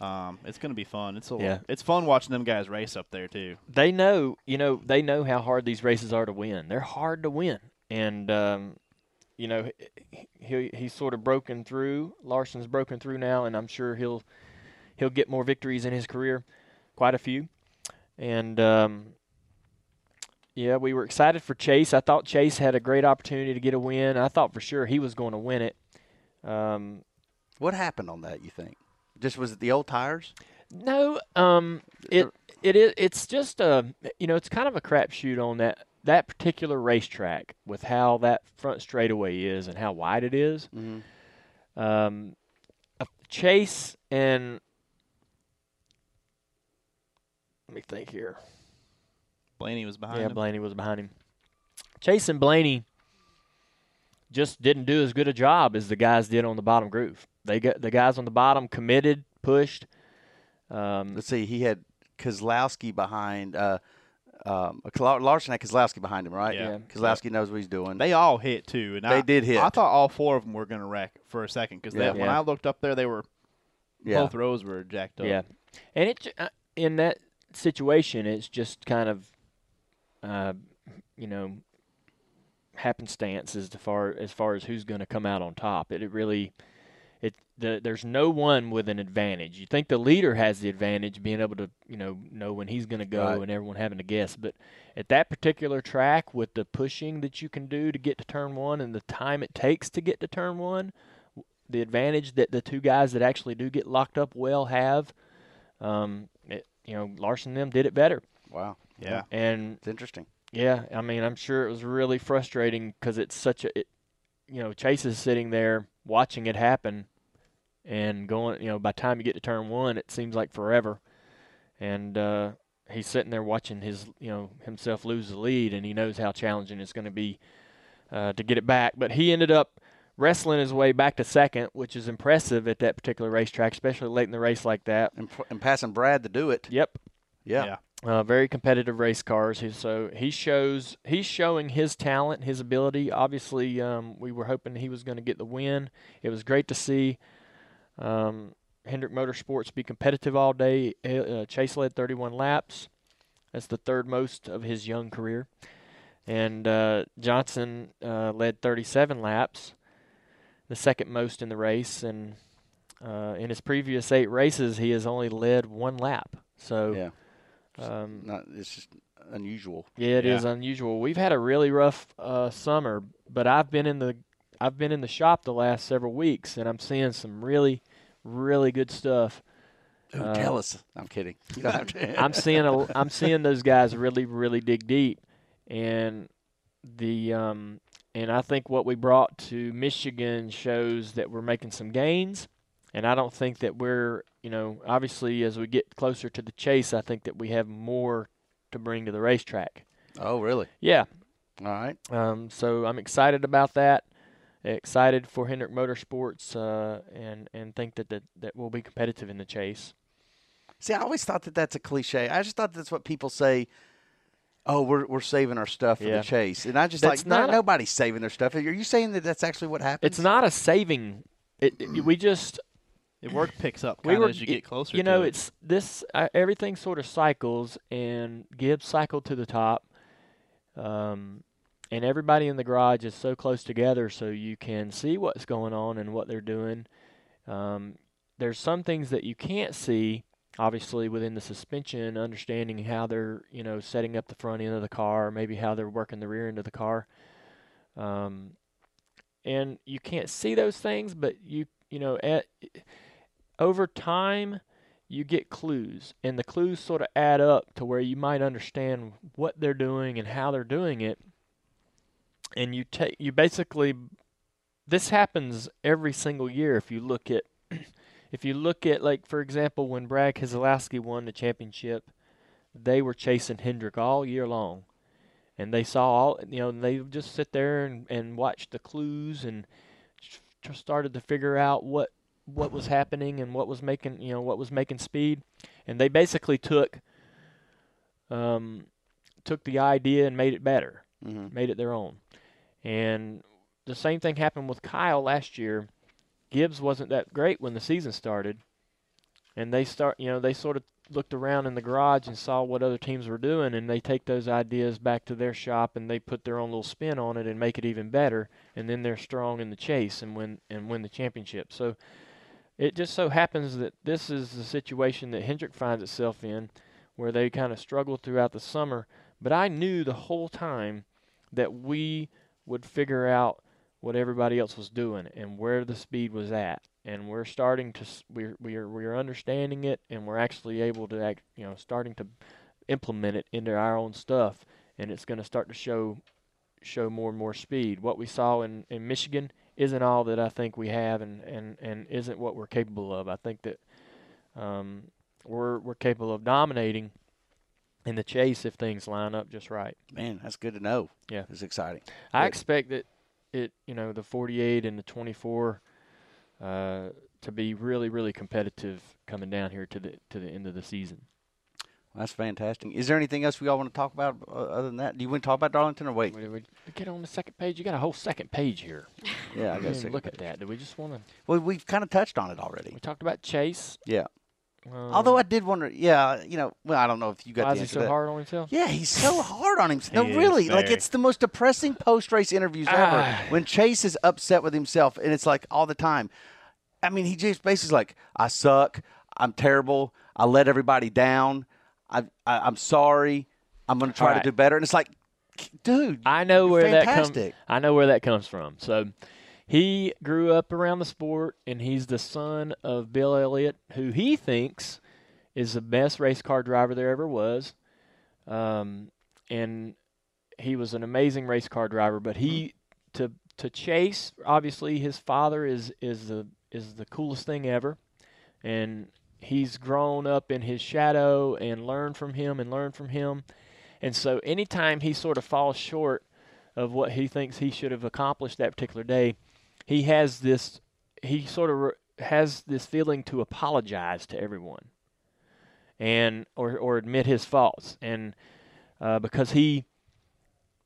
S6: Um, it's gonna be fun. It's a
S4: Yeah.
S6: it's fun watching them guys race up there too.
S4: They know, you know, they know how hard these races are to win. They're hard to win, and um, you know, he, he he's sort of broken through. Larson's broken through now, and I'm sure he'll he'll get more victories in his career, quite a few. And um, yeah, we were excited for Chase. I thought Chase had a great opportunity to get a win. I thought for sure he was going to win it. Um,
S3: What happened on that? You think? Just was it the old tires?
S4: No, um, it it is. It's just a you know, it's kind of a crapshoot on that that particular racetrack with how that front straightaway is and how wide it is.
S3: Mm-hmm.
S4: Um, a Chase and let me think here.
S6: Blaney was behind
S4: yeah,
S6: him.
S4: Blaney was behind him. Chase and Blaney just didn't do as good a job as the guys did on the bottom groove. They got the guys on the bottom committed, pushed. Um,
S3: Mm-hmm. Let's see. He had Kozlowski behind. Uh, um, Kla- Larson had Kozlowski behind him, right?
S6: Yeah.
S4: Yeah.
S3: Kozlowski knows what he's doing.
S6: They all hit too, and I,
S3: They did hit.
S6: I thought all four of them were going to wreck for a second because
S3: Yeah.
S6: when
S4: Yeah.
S6: I looked up there, they were
S3: yeah.
S6: both rows were jacked up.
S4: yeah, and it j- uh, in that situation, it's just kind of, uh, you know, happenstance as to far as far as who's going to come out on top. It, it really, it the, there's no one with an advantage. You think the leader has the advantage, being able to you know know when he's going to go
S3: Right.
S4: and everyone having to guess, but at that particular track with the pushing that you can do to get to turn one and the time it takes to get to turn one, w- the advantage that the two guys that actually do get locked up well have, um, it, you know, Larson and them did it better.
S3: Wow.
S6: yeah.
S4: And
S3: It's interesting.
S4: yeah, I mean, I'm sure it was really frustrating because it's such a, it, you know, Chase is sitting there watching it happen, and going, you know, by the time you get to turn one, it seems like forever, and uh, he's sitting there watching his, you know, himself lose the lead, and he knows how challenging it's going to be uh, to get it back. But he ended up wrestling his way back to second, which is impressive at that particular racetrack, especially late in the race like that.
S3: And, pr- and passing Brad to do it.
S4: Yep,
S3: Yeah.
S6: Yeah.
S4: uh, very competitive race cars. He, so he shows he's showing his talent, his ability. Obviously, um, we were hoping he was going to get the win. It was great to see um, Hendrick Motorsports be competitive all day. Uh, Chase led 31 laps. That's the third most of his young career, and uh, Johnson uh, led 37 laps, the second most in the race. And uh, in his previous eight races, he has only led one lap. So.
S3: Yeah.
S4: Um,
S3: Not, it's just unusual.
S4: yeah, it is
S6: Yeah.
S4: unusual. We've had a really rough uh, summer, but I've been in the I've been in the shop the last several weeks, and I'm seeing some really, really good stuff.
S3: Ooh,
S4: Uh,
S3: tell us. I'm kidding. You don't have to.
S4: I'm seeing a, I'm seeing those guys really, really dig deep, and the um, and I think what we brought to Michigan shows that we're making some gains, and I don't think that we're you know obviously as we get closer to the chase, I think that we have more to bring to the racetrack.
S3: oh, really?
S4: Yeah,
S3: All right.
S4: Um, so I'm excited about that. Excited for Hendrick Motorsports, uh, and and think that, that that we'll be competitive in the chase.
S3: See, I always thought that that's a cliche. I just thought that's what people say. Oh, we're we're saving our stuff for
S4: Yeah.
S3: the chase, and I just
S4: That's
S3: like no,
S4: not a-
S3: nobody's saving their stuff. Are you saying that that's actually what happens?
S4: It's not a saving. It, it- we just
S6: It work picks up
S4: we
S6: kind
S4: were
S6: of as you get
S4: it-
S6: closer.
S4: You
S6: to
S4: know,
S6: it.
S4: it's this uh, everything sort of cycles, and Gibbs cycled to the top, um, and everybody in the garage is so close together, so you can see what's going on and what they're doing. Um, there's some things that you can't see, obviously, within the suspension, understanding how they're, you know, setting up the front end of the car, maybe how they're working the rear end of the car. Um, and you can't see those things, but you, you know, at, over time, you get clues, and the clues sort of add up to where you might understand what they're doing and how they're doing it. And you take, you basically, this happens every single year if you look at if you look at like for example when Brad Keselowski won the championship, they were chasing Hendrick all year long, and they saw all you know they would just sit there and and watch the clues and s- tr- started to figure out what what was happening and what was making you know what was making speed, and they basically took um took the idea and made it better
S3: Mm-hmm.
S4: made it their own. And the same thing happened with Kyle last year. Gibbs wasn't that great when the season started, and they start, you know, they sort of looked around in the garage and saw what other teams were doing, and they take those ideas back to their shop and they put their own little spin on it and make it even better, and then they're strong in the chase and win and win the championship. So it just so happens that this is the situation that Hendrick finds itself in, where they kind of struggle throughout the summer. But I knew the whole time that we would figure out what everybody else was doing and where the speed was at and we're starting to s- we're we're we're understanding it and we're actually able to act you know starting to implement it into our own stuff and it's going to start to show show more and more speed what we saw in in Michigan isn't all that I think we have and and and isn't what we're capable of I think that um we're we're capable of dominating in the chase if things line up just right
S3: Man, that's good to know.
S4: Yeah.
S3: it's exciting.
S4: I
S3: Right.
S4: expect that it you know the 48 and the 24 uh, to be really really competitive coming down here to the to the end of the season.
S3: That's fantastic. Is there anything else we all want to talk about uh, other than that? Do you want to talk about Darlington or wait?
S4: Wait, wait, Get on the second page. You got a whole second page here.
S3: Yeah,
S4: I
S3: I got a
S4: didn't
S3: second
S4: look at
S3: page.
S4: that. Did we just want to?
S3: Well, we've kind of touched on it already.
S4: We talked about Chase.
S3: Yeah.
S4: Um,
S3: Although I did wonder, yeah, you know, well, I don't know if you got
S4: why is
S3: the
S4: he
S3: answer to
S4: so
S3: that.
S4: hard on himself?
S3: Yeah, he's so hard on himself. No,
S6: He is
S3: really, like
S6: very.
S3: it's the most depressing post-race interviews
S4: Ah.
S3: ever. When Chase is upset with himself, and it's like all the time. I mean, he just basically is like, "I suck. I'm terrible. I let everybody down. I, I I'm sorry. I'm gonna try
S4: All right.
S3: to do better." And it's like, dude,
S4: I know where that
S3: Fantastic.
S4: comes. I know where that comes from. So, he grew up around the sport, and he's the son of Bill Elliott, who he thinks is the best race car driver there ever was. Um, and he was an amazing race car driver. But he to to Chase, obviously, his father is is the is the coolest thing ever, and he's grown up in his shadow and learned from him and learned from him. And so anytime he sort of falls short of what he thinks he should have accomplished that particular day, he has this he sort of re- has this feeling to apologize to everyone and or or admit his faults and uh, because he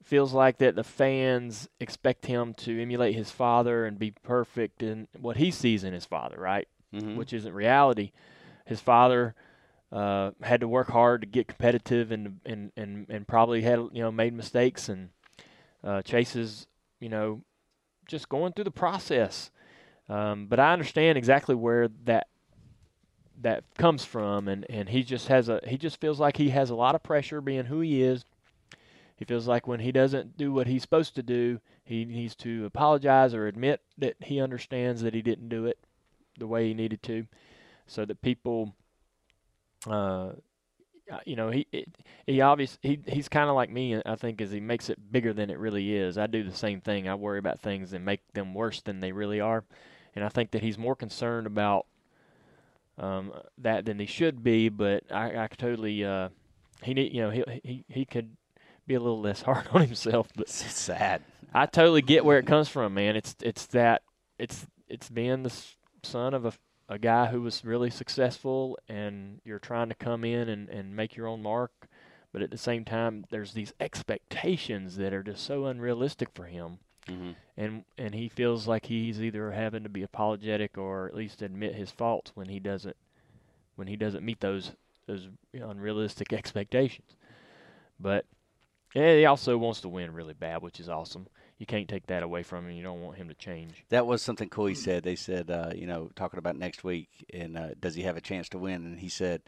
S4: feels like that the fans expect him to emulate his father and be perfect in what he sees in his father, right? which isn't reality. His father uh, had to work hard to get competitive, and and and and probably had you know made mistakes, and uh, Chase is you know just going through the process. Um, but I understand exactly where that that comes from, and and he just has a he just feels like he has a lot of pressure being who he is. He feels like when he doesn't do what he's supposed to do, he needs to apologize or admit that he understands that he didn't do it the way he needed to, so that people, uh, you know, he it, he obvious he he's kind of like me. I think is he makes it bigger than it really is. I do the same thing. I worry about things and make them worse than they really are, and I think that he's more concerned about um, that than he should be. But I I could totally uh, he need you know he he he could be a little less hard on himself, but.
S3: it's sad.
S4: I totally get where it comes from, man. It's it's that it's it's being the s- son of a a guy who was really successful, and you're trying to come in and and make your own mark, but at the same time, there's these expectations that are just so unrealistic for him,
S3: Mhm.
S4: and and he feels like he's either having to be apologetic or at least admit his faults when he doesn't when he doesn't meet those those unrealistic expectations, but. Yeah, he also wants to win really bad, which is awesome. You can't take that away from him. You don't want him to change.
S3: That was something cool he said. They said, uh, you know, talking about next week and uh, does he have a chance to win? And he said,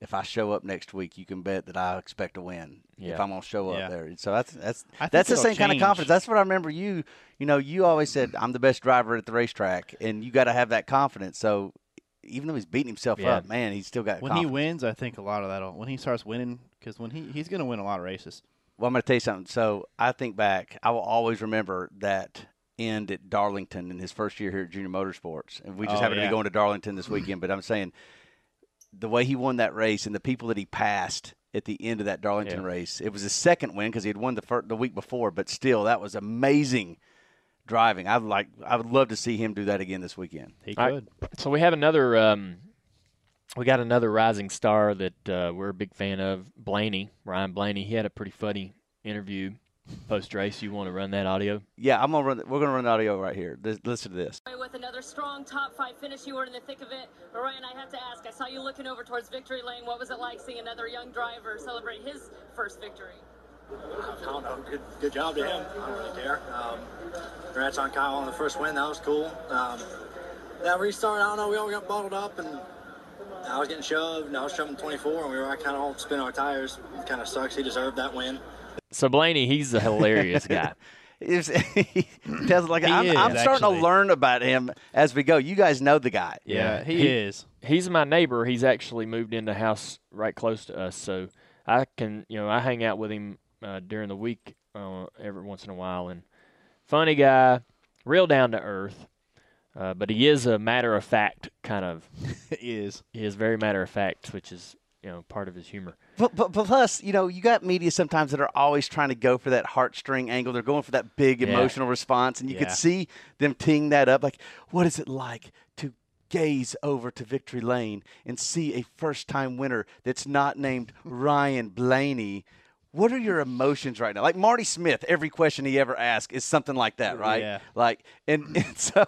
S3: if I show up next week, you can bet that I expect to win. If
S4: Yeah.
S3: I'm gonna show up
S6: Yeah.
S3: there, And so that's that's
S6: I think
S3: that's the
S6: it'll
S3: same kind of
S6: change.
S3: confidence. That's what I remember you. You know, you always said I'm the best driver at the racetrack, and you got to have that confidence. So even though he's beating himself
S4: Yeah.
S3: up, man, he's still got.
S6: When he
S3: confidence.
S6: wins, I think a lot of that. When he starts winning, because when he he's going to win a lot of races.
S3: Well, I'm going to tell you something. So I think back, I will always remember that end at Darlington in his first year here at Junior Motorsports. And we just
S6: Oh,
S3: happen to
S6: yeah.
S3: be going to Darlington this weekend. but I'm saying the way he won that race and the people that he passed at the end of that Darlington
S4: Yeah.
S3: race, it was his second win because he had won the, fir- the week before. But still, that was amazing driving. I'd like, I would love to see him do that again this weekend.
S6: He
S4: All right.
S6: could.
S4: So we have another. Um, we got another rising star that uh, we're a big fan of, Blaney Ryan Blaney. He had a pretty funny interview post race. You want to run that audio?
S3: Yeah, I'm gonna run. We're gonna run the audio right here. Th- listen to this.
S7: With another strong top five finish, you were in the thick of it. But Ryan, I have to ask, I saw you looking over towards victory lane. What was it like seeing another young driver celebrate his first victory?
S8: I don't know. Good, good job to him. I don't really care. Um, congrats on Kyle on the first win. That was cool. Um, that restart, I don't know. We all got bottled up, and I was getting shoved, and I was shoving 24, and we were kind of all spinning our tires. Kind of sucks. He deserved that win.
S4: So Blaney, he's a hilarious guy.
S3: It's, he tells it like
S6: He
S3: I'm,
S6: is,
S3: I'm starting
S6: actually.
S3: to learn about him as we go. You guys know the guy.
S4: Yeah,
S6: Yeah, he,
S4: he-
S6: is.
S4: he's my neighbor. He's actually moved into a house right close to us, so I can you know I hang out with him uh, during the week uh, every once in a while. And funny guy, real down to earth, uh, but he is a matter of fact kind of.
S6: He is.
S4: He is very matter of fact, which is you know part of his humor.
S3: But, but, but plus, you know, you got media sometimes that are always trying to go for that heartstring angle. They're going for that big
S4: Yeah.
S3: emotional response, and you could
S6: Yeah.
S3: see them teeing that up. Like, what is it like to gaze over to victory lane and see a first-time winner that's not named Ryan Blaney? What are your emotions right now? Like Marty Smith, every question he ever asks is something like that, right?
S6: Yeah.
S3: Like, and, and so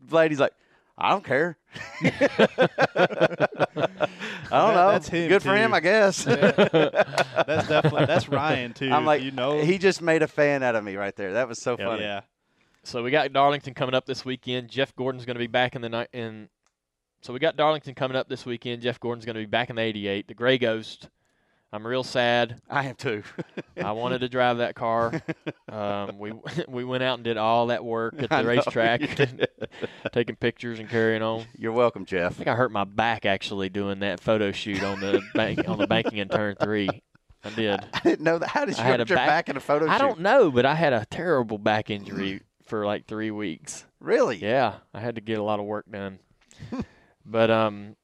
S3: Blaney's like, I don't care. I don't
S6: That-
S3: know.
S6: that's him,
S3: Good for
S6: too.
S3: him, I guess.
S6: That's definitely that's Ryan too.
S3: I'm like,
S6: you know,
S3: he just made a fan out of me right there. That was so funny.
S6: yeah.
S4: So we got Darlington coming up this weekend. Jeff Gordon's going to be back in the night. In so we got Darlington coming up this weekend. Jeff Gordon's going to be back in the '88. The Gray Ghost. I'm real sad.
S3: I am too.
S4: I wanted to drive that car. Um, we we went out and did all that work at
S3: I
S4: the
S3: know you
S4: racetrack,
S3: did.
S4: taking pictures and carrying on.
S3: You're welcome,
S4: I
S3: Jeff.
S4: think I hurt my back actually doing that photo shoot on the bank on the banking in turn three. I did.
S3: I didn't know that. How did you
S4: I had
S3: hurt
S4: a
S3: your back,
S4: back-
S3: in a photo
S4: I
S3: shoot?
S4: don't know, but I had a terrible back injury for like three weeks.
S3: really.
S4: Yeah, I had to get a lot of work done. but um,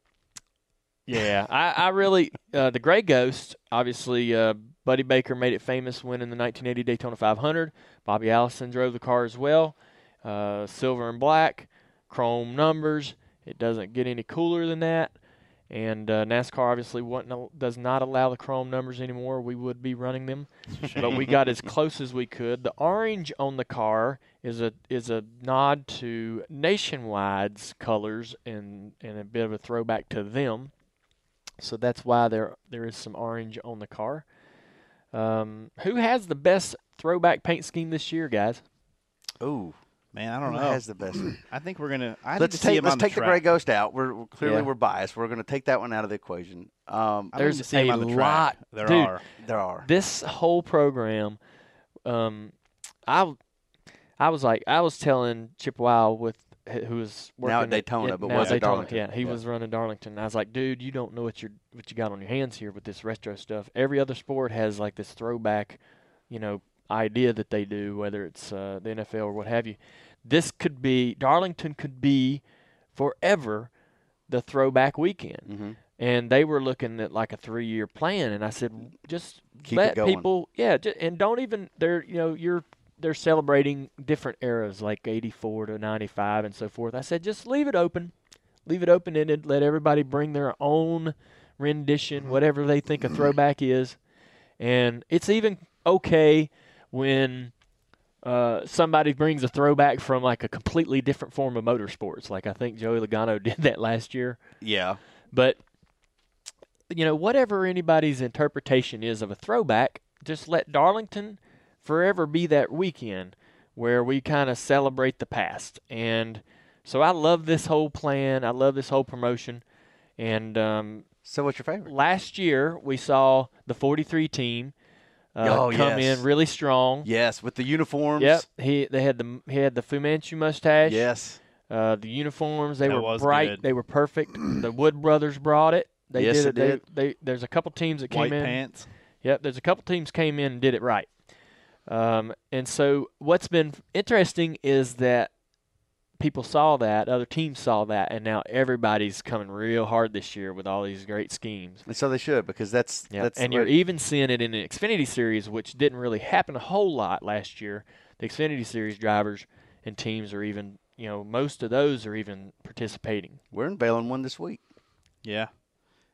S4: yeah, I, I really uh, the Gray Ghost. Obviously, uh, Buddy Baker made it famous winning the 1980 Daytona 500. Bobby Allison drove the car as well. Uh, silver and black, chrome numbers. It doesn't get any cooler than that. And uh, NASCAR obviously wasn't, al- does not allow the chrome numbers anymore. We would be running them, but we got as close as we could. The orange on the car is a is a nod to Nationwide's colors and and a bit of a throwback to them. So that's why there there is some orange on the car. Um, who has the best throwback paint scheme this year, guys?
S3: Ooh,
S6: Man, I don't
S3: who
S6: know.
S3: has the best? one?
S6: I think we're gonna. I
S3: let's
S6: need to see
S3: take
S6: him
S3: let's
S6: on the
S3: take the,
S6: track.
S3: gray ghost out. We're we're- clearly
S4: Yeah.
S3: we're biased. We're going to take that one out of the equation. Um,
S6: I need
S4: There's
S6: to see him
S4: a
S6: on the track.
S4: lot,
S6: There
S4: dude.
S6: are.
S3: there are.
S4: This whole program, um, I I was like I was telling Chip Wow with who was working
S3: Now at
S4: at-
S3: Daytona,
S4: at-
S3: but
S4: now
S3: was at
S4: Daytona,
S3: Darlington.
S4: Yeah, he
S3: Yeah.
S4: was running Darlington. I was like, dude, you don't know what you are what you got on your hands here with this retro stuff. Every other sport has like this throwback, you know, idea that they do, whether it's uh, the NFL or what have you. This could be Darlington could be forever the throwback weekend.
S3: Mhm.
S4: And they were looking at like a three-year plan, and I said, just
S3: Keep it
S4: let
S3: going.
S4: people, yeah, ju- and don't even they're you know you're they're celebrating different eras like 84 to 95 and so forth. I said just leave it open, leave it open ended. Let everybody bring their own rendition, whatever they think a throwback is, and it's even okay when uh, somebody brings a throwback from like a completely different form of motorsports. Like I think Joey Logano did that last year.
S3: Yeah.
S4: But you know, whatever anybody's interpretation is of a throwback, just let Darlington forever be that weekend where we kind of celebrate the past. And so I love this whole plan. I love this whole promotion. And um,
S3: So what's your favorite?
S4: last year we saw the 43 team uh,
S3: Oh,
S4: come
S3: yes.
S4: in really strong.
S3: Yes, with the uniforms.
S4: Yep, he they had the he had the Fu Manchu mustache.
S3: Yes.
S4: Uh, the uniforms they
S6: That
S4: were
S6: was
S4: bright.
S6: good.
S4: They were perfect. the Wood brothers brought it. They
S3: Yes,
S4: did
S3: it
S4: it.
S3: did.
S4: They, they there's a couple teams that
S6: White
S4: came in.
S6: pants.
S4: Yep, there's a couple teams came in and did it right. Um, and so what's been interesting is that people saw that, other teams saw that, and now everybody's coming real hard this year with all these great schemes.
S3: And so they should because that's
S4: Yeah,
S3: that's
S4: and
S3: what-
S4: you're even seeing it in the Xfinity Series, which didn't really happen a whole lot last year. The Xfinity Series drivers and teams are even, you know, most of those are even participating.
S3: we're unveiling one this week.
S6: Yeah.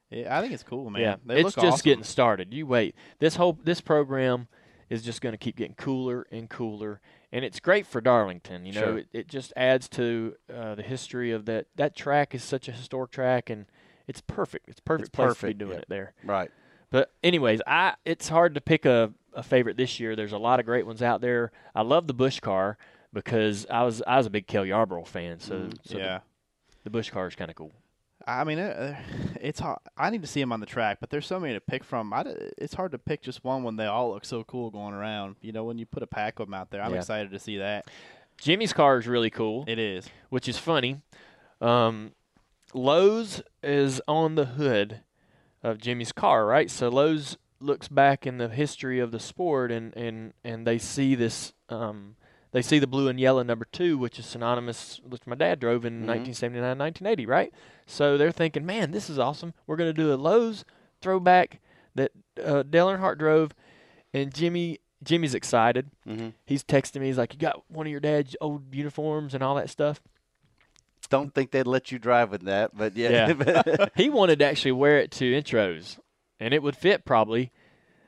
S6: Yeah, I think it's cool, man.
S4: yeah,
S6: They
S4: it's
S6: look
S4: just
S6: awesome.
S4: getting started. You wait. This whole this program is just going to keep getting cooler and cooler, and it's great for Darlington. You know,
S3: Sure.
S4: it, it just adds to uh, the history of that. That track is such a historic track, and it's perfect. It's a perfect place to
S3: perfect,
S4: be doing
S3: yeah.
S4: it there.
S3: Right.
S4: But anyways, I it's hard to pick a, a favorite this year. There's a lot of great ones out there. I love the Bush car because I was I was a big Kel Yarborough fan, so, so the-
S6: yeah.
S4: the, Bush car is kind of cool.
S6: I mean, uh, it's hard. I need to see him on the track, but there's so many to pick from. I, d- it's hard to pick just one when they all look so cool going around. You know, when you put a pack of them out there, I'm
S4: Yeah.
S6: excited to see that.
S4: Jimmy's car is really cool,
S6: It is.
S4: which is funny. Um, Lowe's is on the hood of Jimmy's car, right? So Lowe's looks back in the history of the sport, and and and they see this. Um, they see the blue and yellow number two, which is synonymous, which my dad drove in 1979, 1980, right? So they're thinking, man, this is awesome. We're going to do a Lowe's throwback that uh, Dale Earnhardt drove, and Jimmy Jimmy's excited.
S3: Mhm.
S4: He's texting me. He's like, "You got one of your dad's old uniforms and all that stuff."
S3: Don't think they'd let you drive with that, but yeah.
S4: he wanted to actually wear it to intros, and it would fit probably.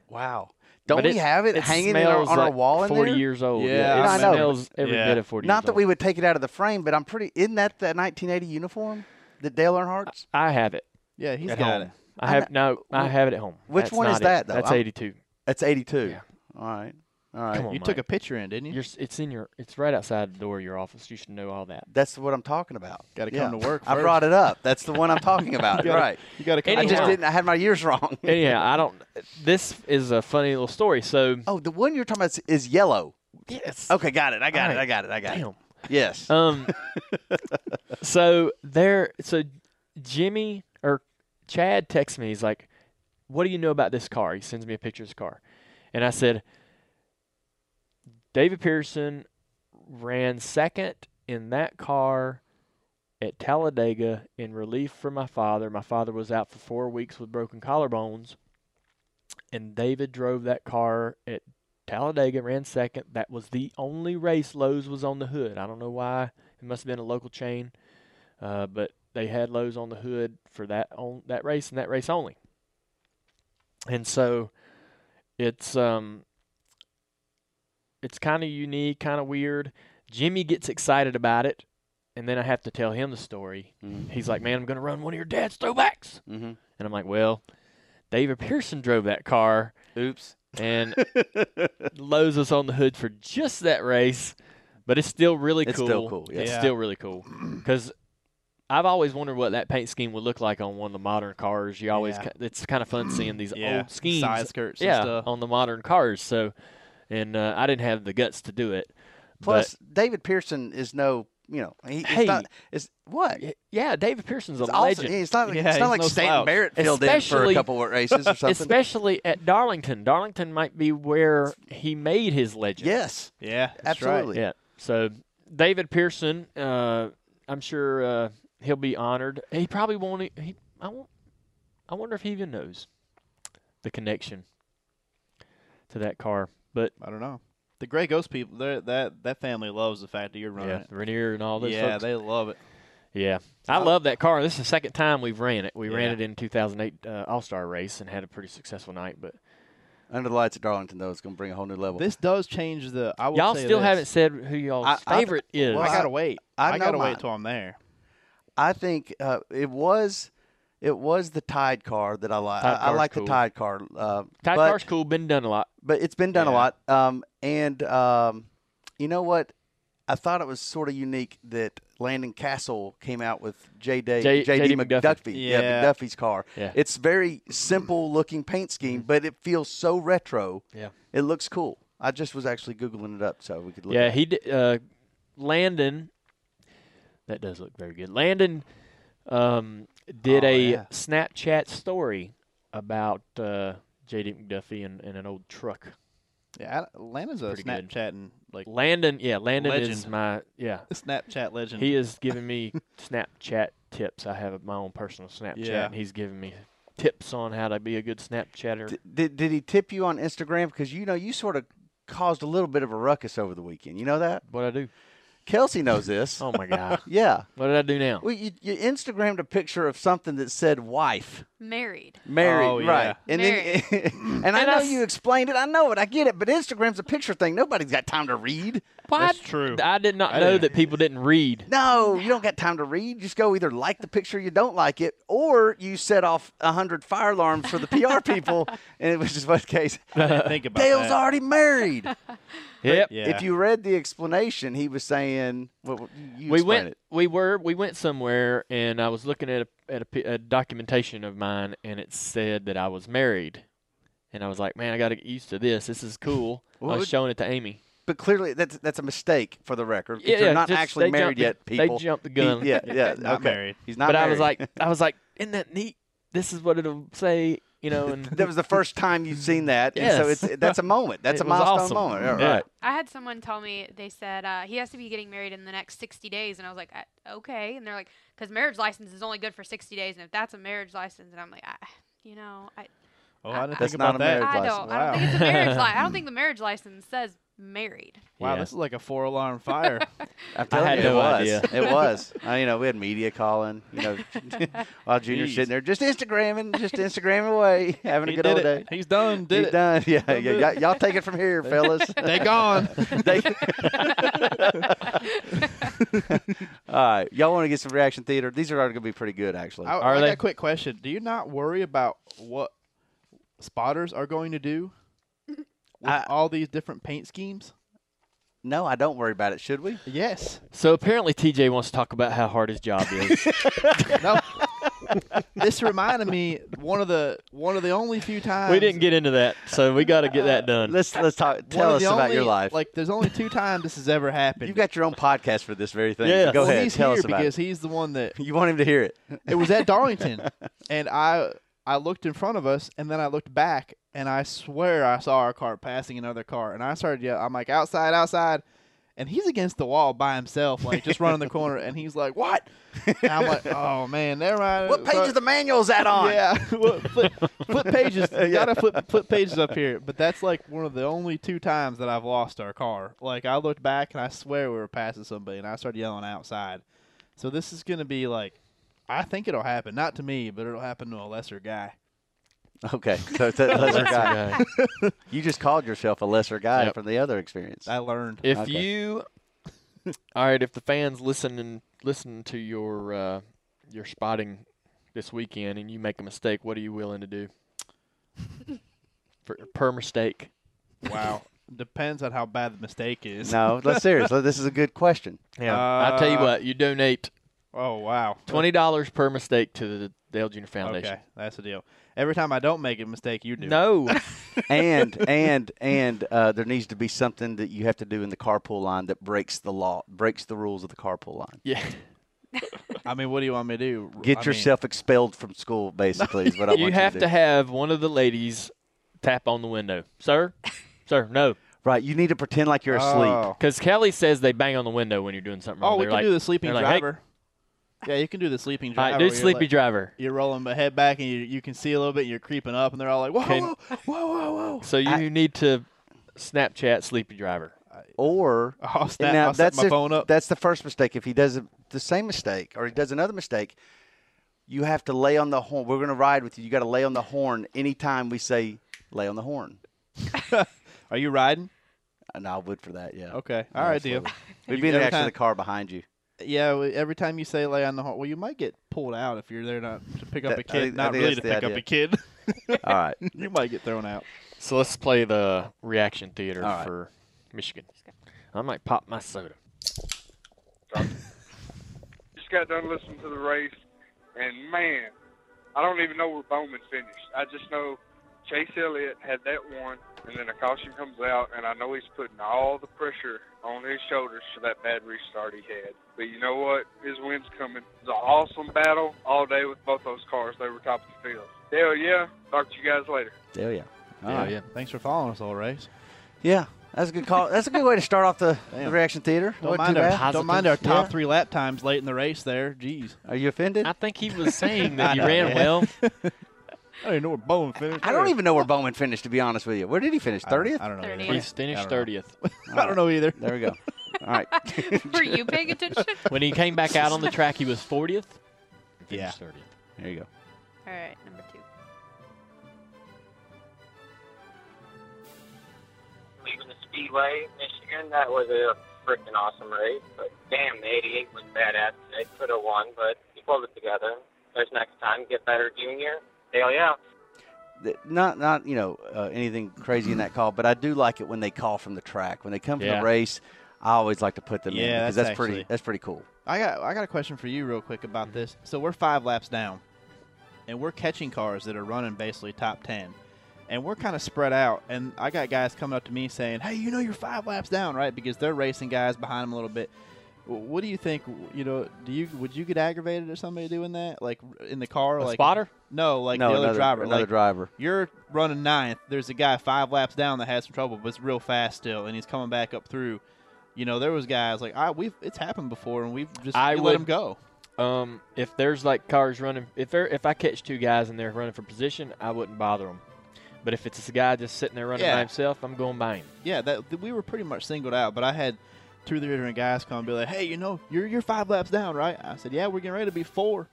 S3: wow. Don't
S4: but
S3: we
S4: it-
S3: have it, hanging in our,
S4: smells
S3: on our
S4: like
S3: wall in
S4: Forty
S3: there?
S4: years old.
S6: Yeah,
S4: Yeah, it
S3: I know.
S4: smells every
S6: Yeah.
S4: bit of forty.
S3: Not
S4: years
S3: that
S4: old.
S3: we would take it out of the frame, but I'm pretty. Isn't that that 1980 uniform that Dale Earnhardt's?
S4: I have it.
S6: Yeah, he's
S4: At
S6: got
S4: home.
S6: it.
S4: I
S3: I
S4: have no. I have it at home.
S3: Which
S4: That's
S3: one
S4: not
S3: is
S4: it.
S3: that, though?
S4: That's
S3: I'm-
S4: Uh, eighty-two.
S3: That's 82.
S4: Yeah.
S3: All right. All right.
S4: Come on,
S6: You took
S4: Mike.
S6: a picture in, didn't you?
S4: Oh You're, s- it's in your. It's right outside the door of your office. You should know all that.
S3: That's what I'm talking about.
S6: Gotta come to work
S3: I brought
S6: first.
S3: it up. That's the one I'm talking about.
S6: gotta-
S3: right.
S6: You got to come.
S3: I just
S4: Anyhow.
S3: didn't. I had my years wrong.
S4: Anyhow, I don't. This is a funny little story. So
S3: oh, the one you're talking about is, is yellow.
S4: yes.
S3: Okay, got it. I got
S4: All
S3: it.
S4: right.
S3: I got it. I got it.
S4: Damn.
S3: Yes.
S4: Um. so there. So Jimmy or Chad texts me. He's like, "What do you know about this car?" He sends me a picture of his car, and I said, "David Pearson ran second in that car." At Talladega, in relief for my father, my father was out for four weeks with broken collarbones, and David drove that car at Talladega ran second. That was the only race Lowe's was on the hood. I don't know why. It must have been a local chain, uh, but they had Lowe's on the hood for that on that race and that race only. And so, it's um, it's kind of unique, kind of weird. Jimmy gets excited about it, and then I have to tell him the story.
S3: Mhm.
S4: He's like, "Man, I'm gonna run one of your dad's throwbacks,"
S3: Mhm.
S4: and I'm like, "Well, David Pearson drove that car."
S3: Oops.
S4: and lows us on the hood for just that race, but it's still really
S3: It's
S4: cool.
S3: still cool, yeah.
S4: It's
S6: Yeah.
S4: still really cool because I've always wondered what that paint scheme would look like on one of the modern cars. You always,
S6: Yeah.
S4: ki- it's kind of fun seeing these
S6: Yeah,
S4: old schemes,
S6: side skirts and
S4: yeah,
S6: stuff.
S4: on the modern cars. So, and uh, I didn't have the guts to do it.
S3: Plus, David Pearson is no. You know, he,
S4: Hey.
S3: he's not. Is what?
S4: but, yeah, David Pearson's a
S3: It's,
S4: legend.
S3: also, it's not.
S6: Yeah,
S3: it's
S6: he's
S3: not like
S6: no
S3: Stanton
S6: slouch.
S3: Barrett filled in for a
S4: Especially-
S3: couple of races or something.
S4: Especially at Darlington. Darlington might be where he made his legend.
S3: yes,
S6: Yeah, that's right.
S3: absolutely.
S4: Yeah. So David Pearson, uh, I'm sure uh, he'll be honored. He probably won't. e- He, I, won't, I wonder if he even knows the connection to that car. But
S6: I don't know. The Grey Ghost people, they're- that that family loves the fact that you're running
S4: yeah, Rainier and all
S6: it.
S4: those.
S6: Yeah,
S4: folks.
S6: they love it.
S4: yeah. I love that car. This is the second time we've ran it. We ran
S6: Yeah.
S4: it in 2008 uh, All Star race and had a pretty successful night. But
S3: Under the lights at Darlington, though, it's going to bring a whole new level.
S6: This does change the. I will
S4: y'all
S6: say
S4: still
S6: this.
S4: haven't said who
S3: I-
S4: y'all's
S3: I-
S4: favorite is.
S3: well,
S6: I gotta
S3: I-
S6: wait.
S3: I
S6: I,
S3: know
S6: gotta
S3: mine.
S6: wait till I'm there.
S3: I think uh, it was it was the Tide car that I like. I,
S4: Tide
S3: I
S4: car's
S3: like
S4: cool.
S3: the Tide car, uh,
S4: Tide
S3: but,
S4: car's cool. Been done a lot.
S3: but it's been done a
S6: Yeah.
S3: lot. Um, and um, you know what? I thought it was sort of unique that Landon Castle came out with J. Day,
S4: J-
S3: J.D.
S4: J.D. McDuffie.
S3: yeah,
S6: Yeah.
S3: McDuffie's car.
S4: Yeah. Mm-hmm.
S3: It's very simple looking paint scheme, but it feels so retro.
S4: Yeah.
S3: It looks cool. I just was actually googling it up so we could look.
S4: Yeah,
S3: at it.
S4: he d- uh, Landon. That does look very good. Landon um, did
S6: Oh,
S4: a
S6: yeah.
S4: Snapchat story about uh, J.D. McDuffie and, and an old truck.
S6: Yeah, I- Lana's a
S4: Pretty good.
S6: Snapchatting like
S4: Landon, yeah, Landon is
S6: Legend.
S4: my yeah.
S6: Snapchat legend.
S4: He is giving me Snapchat tips. I have my own personal Snapchat,
S6: Yeah.
S4: and he's giving me tips on how to be a good Snapchatter.
S3: D- did, did he tip you on Instagram? Because you know you sort of caused a little bit of a ruckus over the weekend. You know that
S4: what I do?
S3: Kelsey knows this.
S4: Oh my god!
S3: Yeah.
S4: what did I do now?
S3: Well, you, you Instagrammed a picture of something that said wife,
S5: Married.
S3: married,
S6: Oh, yeah.
S3: right? And then, and I
S4: And
S3: know
S4: I s-
S3: you explained it. I know it. I get it. But Instagram's a picture thing. Nobody's got time to read.
S4: Why
S6: That's
S4: d-
S6: true.
S4: I did not
S6: I
S4: know
S6: didn't-
S4: that people didn't read.
S3: No, you don't got time to read. Just go either like the picture, you don't like it, or you set off a hundred fire alarms for the PR people, and which is what case
S6: I didn't think about
S3: Dale's
S6: that.
S3: already married.
S4: Yep.
S6: Yeah.
S3: If you read the explanation, he was saying, well, well, you you
S4: we
S3: explain
S4: went
S3: it.
S4: we were we went somewhere and i was looking at a, at a, pi- a documentation of mine and it said that i was married and i was like man i gotta get used to this this is cool i
S3: What
S4: was
S3: would-
S4: showing it to amy
S3: But clearly, that's that's a mistake for the record. 'cause
S4: Yeah,
S3: you're
S4: yeah,
S3: not
S4: just-
S3: actually
S4: they
S3: married
S4: jumped the-
S3: yet,
S4: they
S3: people.
S4: jumped the
S3: He-
S4: gun.
S3: yeah, yeah.
S6: Not
S3: okay.
S6: married.
S3: He's not
S4: but
S3: married.
S4: i was like i was like isn't that neat this is what it'll say you know and
S3: that was the first time you've seen that, and
S4: Yes.
S3: so it's that's a moment. That's
S4: it
S3: a
S4: was
S3: milestone
S4: awesome.
S3: moment. Yeah,
S4: Yeah.
S3: right.
S5: I had someone tell me they said uh, he has to be getting married in the next 60 days, and I was like, "Uh, okay. And they're like, because marriage license is only good for 60 days, and if that's a marriage license, and I'm like, I, you know, I,
S6: Oh, I didn't
S3: That's
S6: think
S3: not
S6: about
S3: a
S6: that.
S3: marriage
S5: I
S3: license.
S5: don't, I don't think it's a marriage license. I don't think the marriage license says married.
S6: Wow,
S4: Yeah.
S6: this is like a four alarm fire.
S3: I'm telling
S4: had
S3: you, it
S4: no
S3: was.
S4: idea.
S3: It was. I, you know, we had media calling. You know, while Junior's
S6: Jeez.
S3: sitting there just Instagramming, just Instagramming away, having a
S6: He
S3: good
S6: did
S3: old
S6: it.
S3: day.
S6: He's done. Did
S3: He's
S6: it.
S3: done. Yeah,
S6: Done
S3: yeah.
S6: did
S3: Y'all, y'all take it from here, fellas.
S6: They gone.
S3: They- All right, y'all want to get some reaction theater? These are going to be pretty good, actually.
S6: I,
S4: Are
S6: I got
S4: they?
S6: a quick question. Do you not worry about what spotters are going to do with
S3: I-
S6: all these different paint schemes?
S3: no, I don't worry about it. Should we?
S6: Yes.
S4: So apparently TJ wants to talk about how hard his job is.
S6: No. this reminded me one of the one of the only few times
S4: we didn't get into that, so we got to get that done.
S3: Let's let's talk.
S6: one
S3: Tell
S6: of
S3: us
S6: the
S3: about your
S6: only-
S3: life.
S6: Like there's only two times this has ever happened.
S3: You've got your own podcast for this very thing.
S4: Yes.
S3: Go
S6: well,
S3: ahead.
S6: He's
S3: Tell
S6: here
S3: us about
S6: because
S3: it.
S6: he's the one that
S3: You want him to hear it.
S6: it was at Darlington, and I I looked in front of us, and then I looked back, and I swear I saw our car passing another car, and I started yelling, I'm like outside, outside, and he's against the wall by himself, like just running the corner, and he's like, what? And I'm like, oh man, never mind.
S3: What page is the manual's that on?
S6: Yeah, what flip, flip pages. You gotta flip, flip pages up here. But that's like one of the only two times that I've lost our car. Like I looked back and I swear we were passing somebody, and I started yelling outside. So this is gonna be like, I think it'll happen. Not to me, but it'll happen to a lesser guy.
S3: Okay, so it's that lesser guy.
S4: Okay.
S3: You just called yourself a lesser guy
S4: Yep.
S3: from the other experience.
S6: I learned.
S4: If
S3: Okay.
S4: you, all right, if the fans listening listen to your uh, your spotting this weekend and you make a mistake, what are you willing to do? For, per mistake,
S6: Wow. Depends on how bad the mistake is.
S3: no, let's seriously. This is a good question.
S4: yeah. I tell you
S6: Uh,
S4: what, you donate
S6: Oh wow.
S4: twenty dollars per mistake to the Dale Junior Foundation.
S6: Okay, that's the deal. Every time I don't make a mistake, you do.
S4: No,
S3: And and and uh, there needs to be something that you have to do in the carpool line that breaks the law, breaks the rules of the carpool line.
S4: yeah,
S6: I mean, what do you want me to do?
S3: Get
S6: I mean,
S3: yourself expelled from school, basically, is what I want
S4: you
S3: you
S4: have
S3: to,
S4: to,
S3: do.
S4: have one of the ladies tap on the window, sir, sir, no,
S3: right, you need to pretend like you're
S6: Oh.
S3: asleep.
S4: because Kelly says they bang on the window when you're doing something wrong.
S6: Oh, we
S4: They're
S6: can
S4: like-
S6: do the sleeping
S4: they're like, "Hey,
S6: driver. Yeah, you can do the sleeping
S4: all
S6: driver.
S4: right, do
S6: where you're
S4: sleepy
S6: like-
S4: driver.
S6: You're rolling my head back, and you, you can see a little bit. And you're creeping up, and they're all like, "Whoa,
S4: Can-
S6: whoa, whoa, whoa, whoa!"
S4: So you need to Snapchat Sleepy Driver.
S3: Or
S6: I'll snap,
S3: now
S6: I'll set
S3: that's
S6: my
S3: if-
S6: phone up.
S3: That's the first mistake. If he does a- the same mistake or he does another mistake, you have to lay on the horn. We're going to ride with you. You got to lay on the horn anytime we say lay on the horn.
S6: Are you riding?
S3: And I would for that, yeah.
S6: Okay, all right, deal.
S3: absolutely. We'd be in the
S6: Every
S3: actually
S6: time-
S3: the car behind you.
S6: Yeah, we- every time you say lay on the horn, well, you might get pulled out if you're there not to pick up
S3: That-
S6: a
S3: I
S6: kid.
S3: think- I
S6: not
S3: think
S6: really to
S3: that's
S6: pick
S3: the
S6: up
S3: idea.
S6: a kid.
S3: All right.
S6: you might get thrown out.
S4: So let's play the reaction theater
S3: All right.
S4: for Michigan. I might pop my soda.
S9: just got done listening to the race, and man, I don't even know where Bowman finished. I just know Chase Elliott had that one, and then a caution comes out, and I know he's putting all the pressure on his shoulders for that bad restart he had. But you know what? His win's coming. It was an awesome battle all day with both those cars. They were top of the field. Hell yeah. Talk to you guys later.
S3: There yeah.
S4: Yeah,
S3: yeah.
S4: yeah.
S6: Oh, Thanks for following us all race.
S3: Yeah. That's a good call. That's a good way to start off the, the
S6: Damn.
S3: reaction theater.
S6: Don't
S3: Wasn't
S6: mind
S3: too
S6: our
S3: bad.
S6: don't mind our top
S3: Yeah.
S6: three lap times late in the race. There, jeez.
S3: Are you offended?
S4: I think he was saying that
S6: I
S4: you
S6: know,
S4: ran
S6: yeah.
S4: well.
S6: I don't even know where Bowen finished.
S3: I don't even know where Bowman finished, to be honest with you. Where did he finish?
S6: I don't-
S3: 30th?
S6: I don't know. either.
S5: Thirtieth.
S4: He's finished
S6: I don't know.
S4: thirtieth.
S6: I don't know either.
S3: There we go. All right.
S5: Were you paying attention?
S4: When he came back out on the track, he was fortieth.
S6: Yeah.
S4: thirtieth.
S3: There you go.
S5: All right, number two.
S9: leaving the Speedway, Michigan. That was a freaking awesome race. But damn, the 88 was badass. They could have won, but he pulled it together. There's next time, get better, junior. Hell yeah.
S3: th- not not you know uh, anything crazy in that call, but I do like it when they call from the track when they come from
S4: Yeah.
S3: the race. I always like to put them in
S6: Yeah,
S3: because that's,
S6: that's
S3: pretty
S6: actually-
S3: that's pretty cool.
S6: I got I got a question for you real quick
S3: Mm-hmm.
S6: about this. So we're five laps down, and we're catching cars that are running basically top ten, and we're kind of spread out. And I got guys coming up to me saying, "Hey, you know you're five laps down, right?" Because they're racing guys behind them a little bit. W- What do you think? You know, do you would you get aggravated at somebody doing that, like r- in the car,
S4: A
S6: like
S4: spotter?
S6: No, like
S3: no,
S6: the other
S3: another
S6: driver,
S3: another
S6: like,
S3: driver.
S6: you're running ninth. There's a guy five laps down that had some trouble, but it's real fast still, and he's coming back up through. You know, there was guys like I we've it's happened before, and we've just
S4: I
S6: you
S4: would-
S6: let him go.
S4: Um, if there's like cars running, if there, if I catch two guys and they're running for position, I wouldn't bother them. But if it's this guy just sitting there running
S6: Yeah.
S4: by himself, I'm going by him.
S6: Yeah, that th- we were pretty much singled out, but I had two or three different guys come and be like, "Hey, you know, you're you're five laps down, right?" I said, "Yeah, we're getting ready to be four.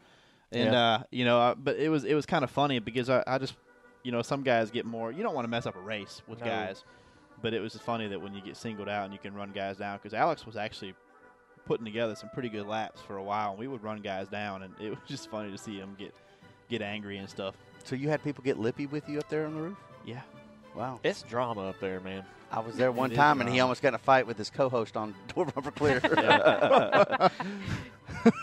S6: and
S4: Yeah.
S6: uh, you know, I, but it was it was kind of funny because I, I just, you know, some guys get more. You don't want to mess up a race with
S4: No.
S6: guys, but it was funny that when you get singled out and you can run guys down because Alex was actually putting together some pretty good laps for a while, and we would run guys down, and it was just funny to see him get get angry and stuff.
S3: So you had people get lippy with you up there on the roof?
S6: Yeah,
S3: Wow.
S4: It's drama up there, man.
S3: I was there one
S6: It is
S3: time and he
S6: drama.
S3: almost got in a fight with his co-host on Door Bumper Clear. it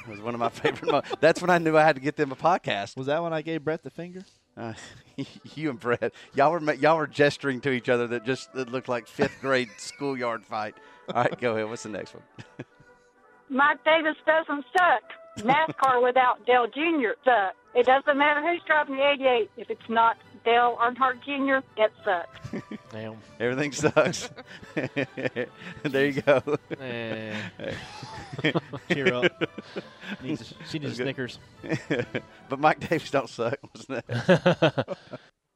S3: was one of my favorite moments. That's when I knew I had to get them a podcast.
S6: was that when I gave Brett the finger?
S3: Uh, you and Brett, y'all were ma- y'all were gesturing to each other that just it looked like fifth grade schoolyard fight. All right, go ahead. What's the next one?
S10: Mike Davis doesn't suck. NASCAR without Dale Jr. sucks. It doesn't matter who's driving the 88. If it's not Dale Earnhardt Jr., it sucks.
S4: Damn.
S3: Everything sucks. there you go.
S4: Eh.
S6: Cheer up. Needs a- she needs
S3: That's
S6: a
S3: good.
S6: Snickers.
S3: but Mike Davis don't suck. What's next?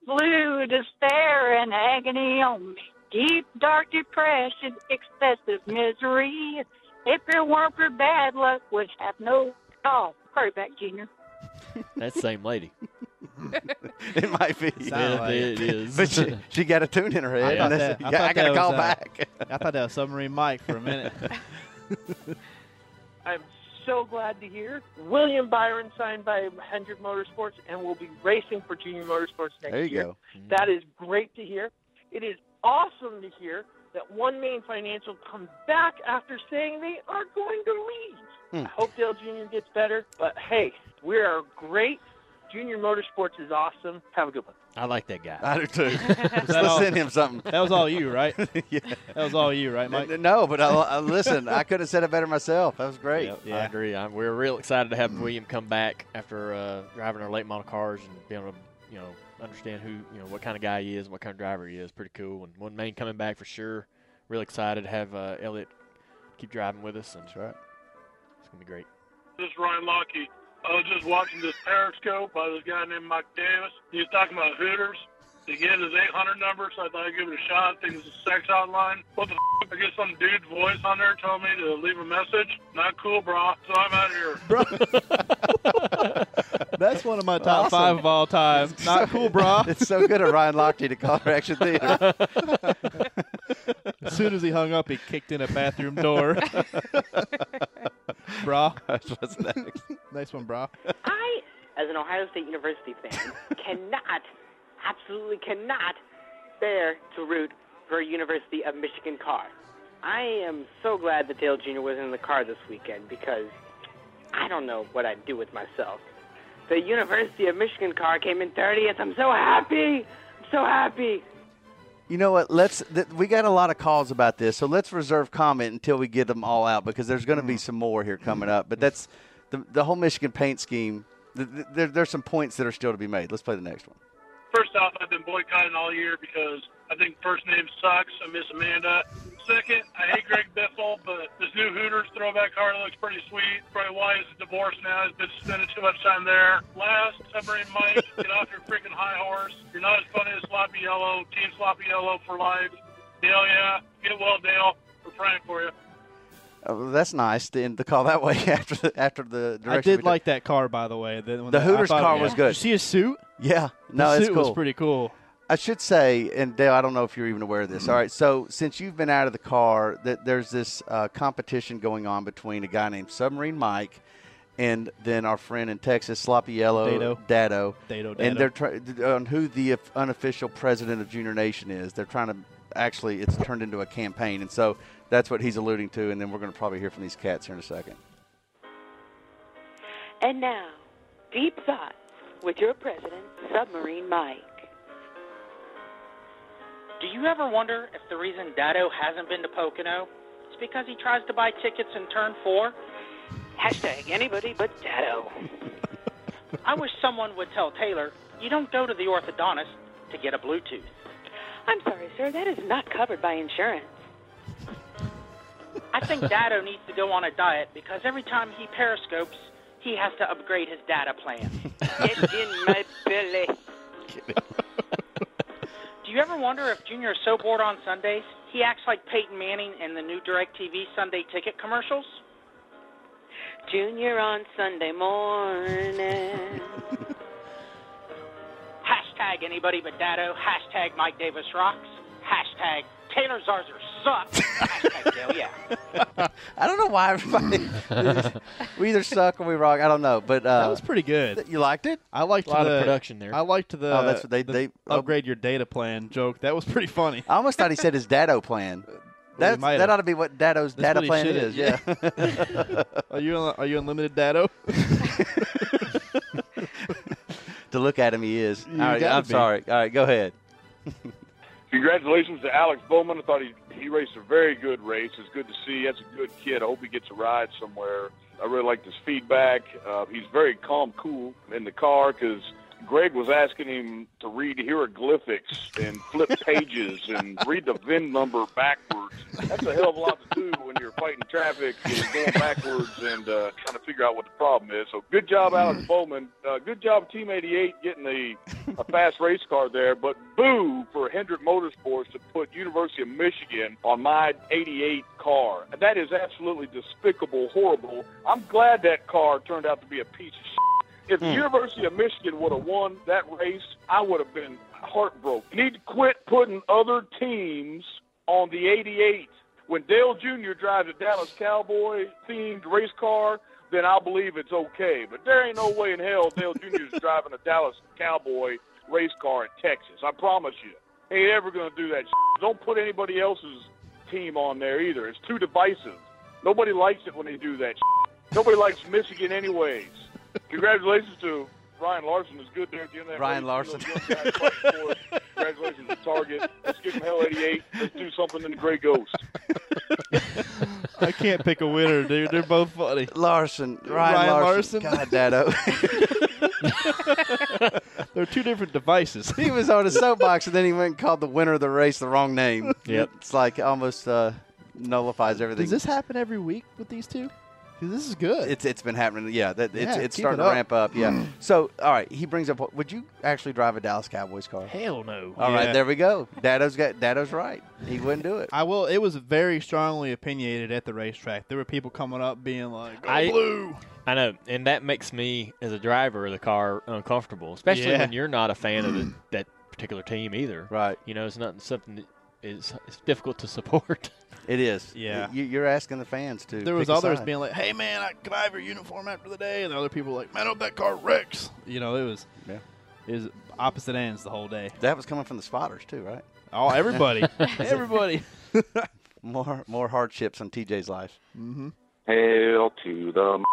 S10: Blue despair and agony on me. Deep, dark depression, excessive misery. If it weren't for bad luck, would have no call. Hurry back, Jr.
S4: That's the same lady.
S3: It might be.
S6: Sound Yeah, like
S4: it is.
S3: But she, she got a tune in her head.
S6: thought
S3: and that's-
S6: that- I
S3: yeah,
S6: thought
S3: I got to
S6: that was,
S3: call
S6: uh,
S3: back.
S6: I thought that was submarine Mike for a minute.
S11: I'm so glad to hear William Byron signed by Hendrick Motorsports and will be racing for Junior Motorsports next
S3: There you
S11: year.
S3: go.
S11: That is great to hear. It is awesome to hear that One Main Financial comes back after saying they are going to leave.
S3: Hmm.
S11: I hope Dale Jr. gets better, but hey, we are great. Junior Motorsports is awesome. Have a good one.
S4: I like that guy.
S3: I do too. Let's
S6: that all?
S3: send him something.
S6: That was all you, right?
S3: Yeah.
S6: That was all you, right, Mike?
S3: No, but I, I, listen, I could have said it better myself. That was great.
S6: Yep.
S4: I
S6: Yeah.
S4: agree. i we're real excited to have William come back after uh, driving our late model cars and being able to, you know, understand who, you know, what kind of guy he is, and what kind of driver he is. Pretty cool. And one main coming back for sure. Real excited to have uh, Elliot keep driving with us, and
S3: That's right.
S4: it's gonna be great.
S9: This is Ryan Lockheed. I was just watching this Periscope by this guy named Mike Davis. He was talking about Hooters. He gave his 800 number, so I thought I'd give it a shot. I think it's a sex hotline. What the f***? I get some dude's voice on there telling me to leave a message. Not cool, brah. So I'm out of here.
S6: That's one of my top
S3: Awesome.
S6: five of all time. Not cool, bro.
S3: It's so good of Ryan Lochte to call her Action Theater.
S6: As soon as he hung up, he kicked in a bathroom door. bra.
S3: What's next?
S6: Nice one, bra.
S11: I, as an Ohio State University fan, cannot, absolutely cannot bear to root for a University of Michigan car. I am so glad that Dale Jr. was in the car this weekend because I don't know what I'd do with myself. The University of Michigan car came in 30th. I'm so happy. I'm so happy.
S3: You know what? Let's. Th- we got a lot of calls about this, so let's reserve comment until we get them all out because there's going to be some more here coming up. But that's the the whole Michigan paint scheme. Th- th- there, there's some points that are still to be made. Let's play the next one.
S9: First off, I've been boycotting all year because I think first name sucks. I miss Amanda. Second, I hate Greg Biffle, but this new Hooters throwback car looks pretty sweet. Probably why he's divorced now. He's been spending too much time there. Last, submarine Mike, get off your freaking high horse. You're not as funny as Sloppy Yellow. Team Sloppy Yellow for life. Dale, yeah. Get well, Dale. We're praying for you.
S3: Oh, that's nice to end the call that way after the, after the direction.
S6: I
S3: we
S6: did
S3: took.
S6: like that car, by the way. The, when
S3: The
S6: I
S3: Hooters
S6: thought-
S3: car was good.
S6: Did you see a suit?
S3: Yeah. No,
S6: the
S3: it's
S6: suit
S3: cool.
S6: was pretty cool.
S3: I should say, and Dale, I don't know if you're even aware of this. All right, so since you've been out of the car, that there's this uh, competition going on between a guy named Submarine Mike and then our friend in Texas, Sloppy Yellow
S6: Dado.
S3: Dado.
S6: Dado,
S3: and
S6: Dado.
S3: they're try- on who the of- unofficial president of Junior Nation is. They're trying to actually, it's turned into a campaign, and so that's what he's alluding to. And then we're going to probably hear from these cats here in a second.
S10: And now, Deep Thoughts with your president, Submarine Mike.
S11: Do you ever wonder if the reason Dado hasn't been to Pocono is because he tries to buy tickets in turn four? Hashtag anybody but Dado. I wish someone would tell Taylor you don't go to the orthodontist to get a Bluetooth.
S10: I'm sorry, sir. That is not covered by insurance.
S11: I think Dado needs to go on a diet because every time he periscopes, he has to upgrade his data plan. Get in my belly. Do you ever wonder if Junior is so bored on Sundays he acts like Peyton Manning in the new DirecTV Sunday ticket commercials? Junior on Sunday morning. Hashtag anybody but Dado. Hashtag Mike Davis rocks. Hashtag Taylor Zarzer sucks. Hashtag Dale yeah.
S3: I don't know why everybody. we either suck or we rock. I don't know, but uh,
S6: that was pretty good.
S3: You liked it?
S6: I liked
S4: A lot
S6: the,
S4: of production there.
S6: I liked the.
S3: Oh, that's what they-
S6: the
S3: they-
S6: upgrade your data plan joke. That was pretty funny.
S3: I almost thought he said his daddo plan. That's,
S6: might
S3: that
S6: have.
S3: ought to be what daddo's data
S6: That's what he
S3: plan
S6: should-
S3: is. Yeah.
S6: are you are you unlimited dado?
S3: to look at him, he is.
S6: You
S3: All right,
S6: gotta
S3: I'm
S6: be.
S3: sorry. All right, go ahead.
S12: Congratulations to Alex Bowman. I thought he he raced a very good race. It's good to see. That's a good kid. I hope he gets a ride somewhere. I really liked his feedback. Uh, he's very calm, cool in the car because Greg was asking him to read hieroglyphics and flip pages and read the VIN number backwards. That's a hell of a lot to do when you're fighting traffic and going backwards and uh, trying to figure out what the problem is. So good job, Alex Bowman. Uh, good job, Team 88, getting a, a fast race car there. But boo for Hendrick Motorsports to put University of Michigan on my 88 car. That is absolutely despicable, horrible. I'm glad that car turned out to be a piece of if the University of Michigan would have won that race, I would have been heartbroken. You need to quit putting other teams on the 88. When Dale Jr. drives a Dallas Cowboy themed race car, then I'll believe it's okay. But there ain't no way in hell Dale Jr. is driving a Dallas Cowboy race car in Texas. I promise you. Ain't ever going to do that. shit. Don't put anybody else's team on there either. It's too divisive. Nobody likes it when they do that. shit. Nobody likes Michigan, anyways. Congratulations to Ryan Larson. It's good there at the end of that
S3: Ryan
S12: race.
S3: Larson.
S12: You know, young guy fighting for it. Congratulations to Target. Let's give him Hell 88. Let's do something in the Grey Ghost.
S6: I can't pick a winner, dude. They're both funny.
S3: Larson, Ryan,
S6: Ryan
S3: Larson. God, daddo.
S6: They're two different devices.
S3: he was on a soapbox and then he went and called the winner of the race the wrong name.
S6: Yep.
S3: It's like almost uh, nullifies everything.
S6: Does this happen every week with these two? 'Cause this is good.
S3: It's it's been happening. Yeah, that, it's
S6: Yeah,
S3: it's
S6: keep
S3: starting
S6: it
S3: to
S6: up. Mm.
S3: ramp up. Yeah. so all right, he brings up. Would you actually drive a Dallas Cowboys car?
S6: Hell no.
S3: All right,
S6: Yeah.
S3: there we go. Daddo's got Daddo's right. He wouldn't do it.
S6: I will. It was very strongly opinionated at the racetrack. There were people coming up being like, "Go
S4: I-
S6: blue."
S4: I know, and that makes me as a driver of the car uncomfortable, especially
S6: Yeah.
S4: when you're not a fan of the, that particular team either.
S3: Right.
S4: You know, it's not something that is it's difficult to support.
S3: It is.
S6: Yeah.
S3: You, you're asking the fans to.
S6: There was
S3: pick a
S6: others
S3: side.
S6: being like, "Hey man, I, can I have your uniform after the day?" And the other people were like, "Man, I hope that car wrecks." You know, it was.
S3: Yeah.
S6: It was opposite ends the whole day.
S3: That was coming from the spotters too, right?
S6: Oh, everybody, everybody.
S3: More more hardships on TJ's life.
S6: Mm-hmm.
S13: Hail to the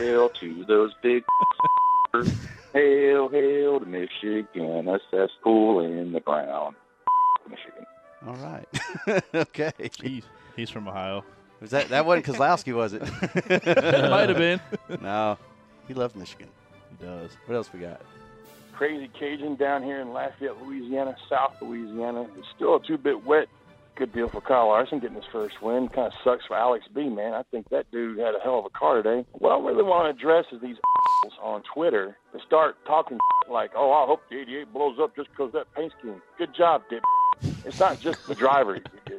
S13: hail to those big hail, hail to Michigan, a cesspool in the ground. Michigan.
S3: All right. okay.
S6: He's, he's from Ohio.
S3: Was that that wasn't Kozlowski, was it?
S6: Might have been.
S3: No, he loved Michigan.
S6: He does.
S3: What else we got?
S12: Crazy Cajun down here in Lafayette, Louisiana, South Louisiana. It's still a two bit wet. Good deal for Kyle Larson getting his first win. Kind of sucks for Alex B, man. I think that dude had a hell of a car today. What I really want to address is these assholes on Twitter that start talking like, oh, I hope the 88 blows up just because that paint scheme. Good job, dip. It's not just the driver,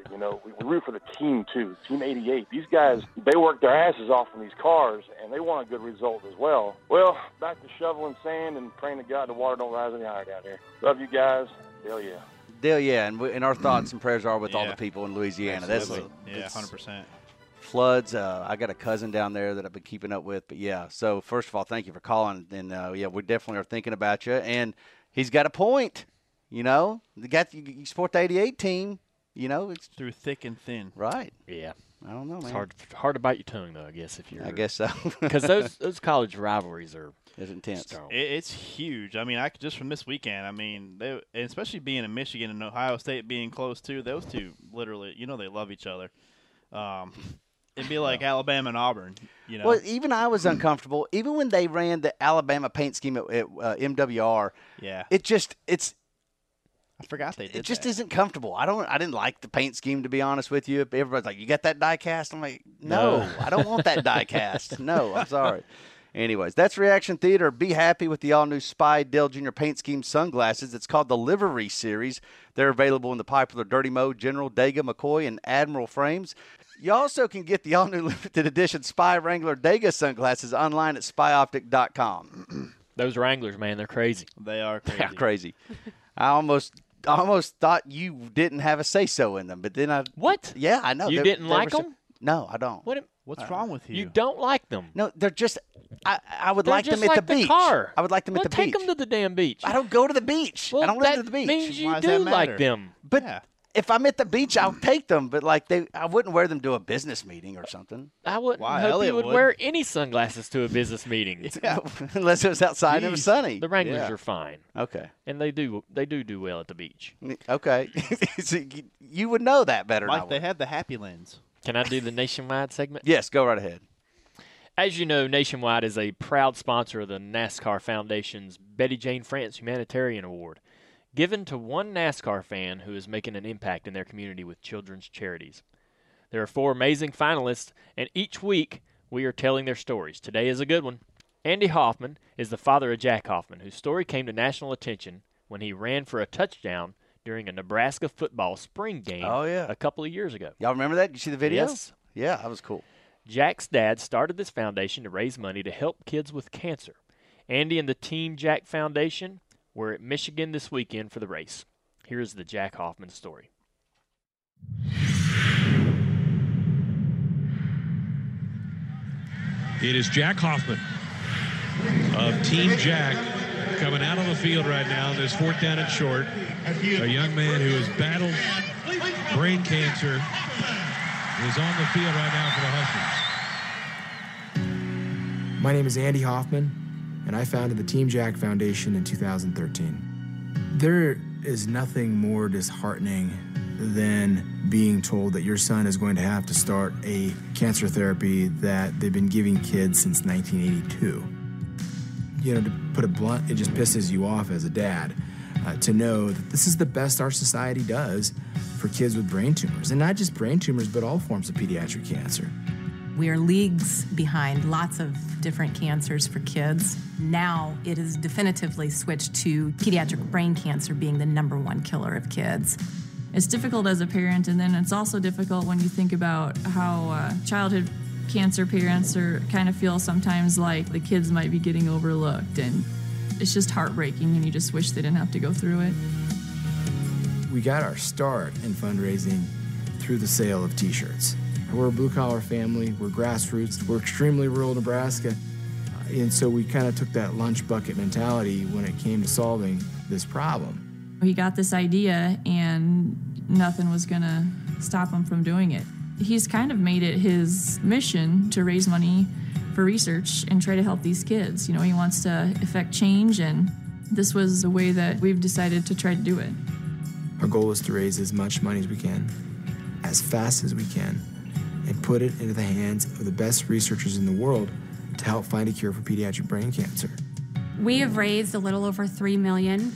S12: you know. We root for the team too. Team 88. These guys, they work their asses off on these cars, and they want a good result as well. Well, back to shoveling sand and praying to God the water don't rise any higher down here. Love you guys. Hell yeah.
S3: Dale, yeah, and, we, and our thoughts and prayers are with all the people in Louisiana.
S6: Absolutely.
S3: That's
S6: yeah,
S3: it's
S6: hundred percent.
S3: floods. Uh, I got a cousin down there that I've been keeping up with, but yeah. So first of all, thank you for calling, and uh, yeah, we definitely are thinking about you. And he's got a point. You know, you got you, you support the '88 team. You know, it's
S6: through thick and thin.
S3: Right.
S4: Yeah.
S3: I don't know,
S4: It's
S3: man.
S4: hard hard to bite your tongue though, I guess if you're
S3: I guess so.
S4: Because those those college rivalries are
S3: It's intense.
S4: strong.
S6: It, it's huge. I mean, I could, just from this weekend. I mean, they, and especially being in Michigan and Ohio State being close too. Those two, literally, you know, they love each other. Um, it'd be like Alabama and Auburn. You know,
S3: Well, even I was uncomfortable. Even when they ran the Alabama paint scheme at, at uh, MWR,
S6: Yeah.
S3: it just it's
S6: I forgot they did.
S3: It just
S6: that.
S3: isn't comfortable. I don't. I didn't like the paint scheme to be honest with you. Everybody's like, "You got that die cast?" I'm like, "No,
S6: No.
S3: I don't want that die cast. No, I'm sorry." Anyways, that's Reaction Theater. Be happy with the all new Spy Dell Jr. paint scheme sunglasses. It's called the Livery Series. They're available in the popular Dirty Mode, General, Dega, McCoy, and Admiral frames. You also can get the all new limited edition Spy Wrangler Dega sunglasses online at spyoptic.com.
S4: Those Wranglers, man, they're crazy.
S6: They are
S3: crazy. crazy. I almost I almost thought you didn't have a say so in them, but then I
S4: what?
S3: Yeah, I know
S4: You
S3: They-
S4: didn't
S3: they
S4: like
S3: were so-
S4: 'em?
S3: no, I don't.
S4: What?
S6: What's
S3: Uh,
S6: wrong with you?
S4: You don't like them.
S3: No, they're just. I I would
S4: They're
S3: like them
S4: just
S3: at
S4: like
S3: the
S4: the
S3: beach.
S4: car.
S3: I would like them
S4: Well,
S3: at the
S4: take
S3: beach.
S4: 'em to the damn beach.
S3: I don't go to the beach. I don't
S4: that
S3: live to the beach.
S4: means you Why does do that like matter? them.
S3: But
S4: Yeah.
S3: if I'm at the beach, I'll take them. But like they, I wouldn't wear them to a business meeting or something.
S4: I wouldn't
S3: Why,
S4: hope
S3: Elliot
S4: you would
S3: would.
S4: wear any sunglasses to a business meeting.
S3: Unless it was outside and it was
S4: Jeez.
S3: sunny.
S4: The Wranglers
S3: Yeah.
S4: are fine.
S3: Okay.
S4: And they do they do do well at the beach.
S3: Okay. So you- you would know that better. than I
S4: Mike,
S3: would.
S6: They have the happy lens.
S4: Can I do the nationwide segment?
S3: Yes, go right ahead.
S4: As you know, Nationwide is a proud sponsor of the NASCAR Foundation's Betty Jane France Humanitarian Award, given to one NASCAR fan who is making an impact in their community with children's charities. There are four amazing finalists, and each week we are telling their stories. Today is a good one. Andy Hoffman is the father of Jack Hoffman, whose story came to national attention when he ran for a touchdown during a Nebraska football spring game
S3: Oh, yeah.
S4: a couple of years ago.
S3: Y'all remember that? Did you see the video?
S4: Yes.
S3: Yeah, that was cool.
S4: Jack's dad started this foundation to raise money to help kids with cancer. Andy and the Team Jack Foundation were at Michigan this weekend for the race. Here's the Jack Hoffman story.
S14: It is Jack Hoffman of Team Jack coming out on the field right now. There's fourth down and short. A young man who has battled brain cancer is on the field right now for the Huskers.
S8: My name is Andy Hoffman, and I founded the Team Jack Foundation in 2013. There is nothing more disheartening than being told that your son is going to have to start a cancer therapy that they've been giving kids since 1982. You know, to put it blunt, it just pisses you off as a dad uh, to know that this is the best our society does for kids with brain tumors, and not just brain tumors, but all forms of pediatric cancer.
S11: We are leagues behind lots of different cancers for kids. Now it is definitively switched to pediatric brain cancer being the number one killer of kids.
S15: It's difficult as a parent, and then it's also difficult when you think about how uh, childhood cancer parents are kind of feel sometimes like the kids might be getting overlooked, and it's just heartbreaking, and you just wish they didn't have to go through it.
S8: We got our start in fundraising through the sale of t shirts. We're a blue collar family, we're grassroots, we're extremely rural Nebraska. Uh, And so we kind of took that lunch bucket mentality when it came to solving this problem.
S15: He got this idea, and nothing was gonna stop him from doing it. He's kind of made it his mission to raise money for research and try to help these kids. You know, he wants to affect change, and this was the way that we've decided to try to do it.
S8: Our goal is to raise as much money as we can, as fast as we can, and put it into the hands of the best researchers in the world to help find a cure for pediatric brain cancer.
S5: We have raised a little over three million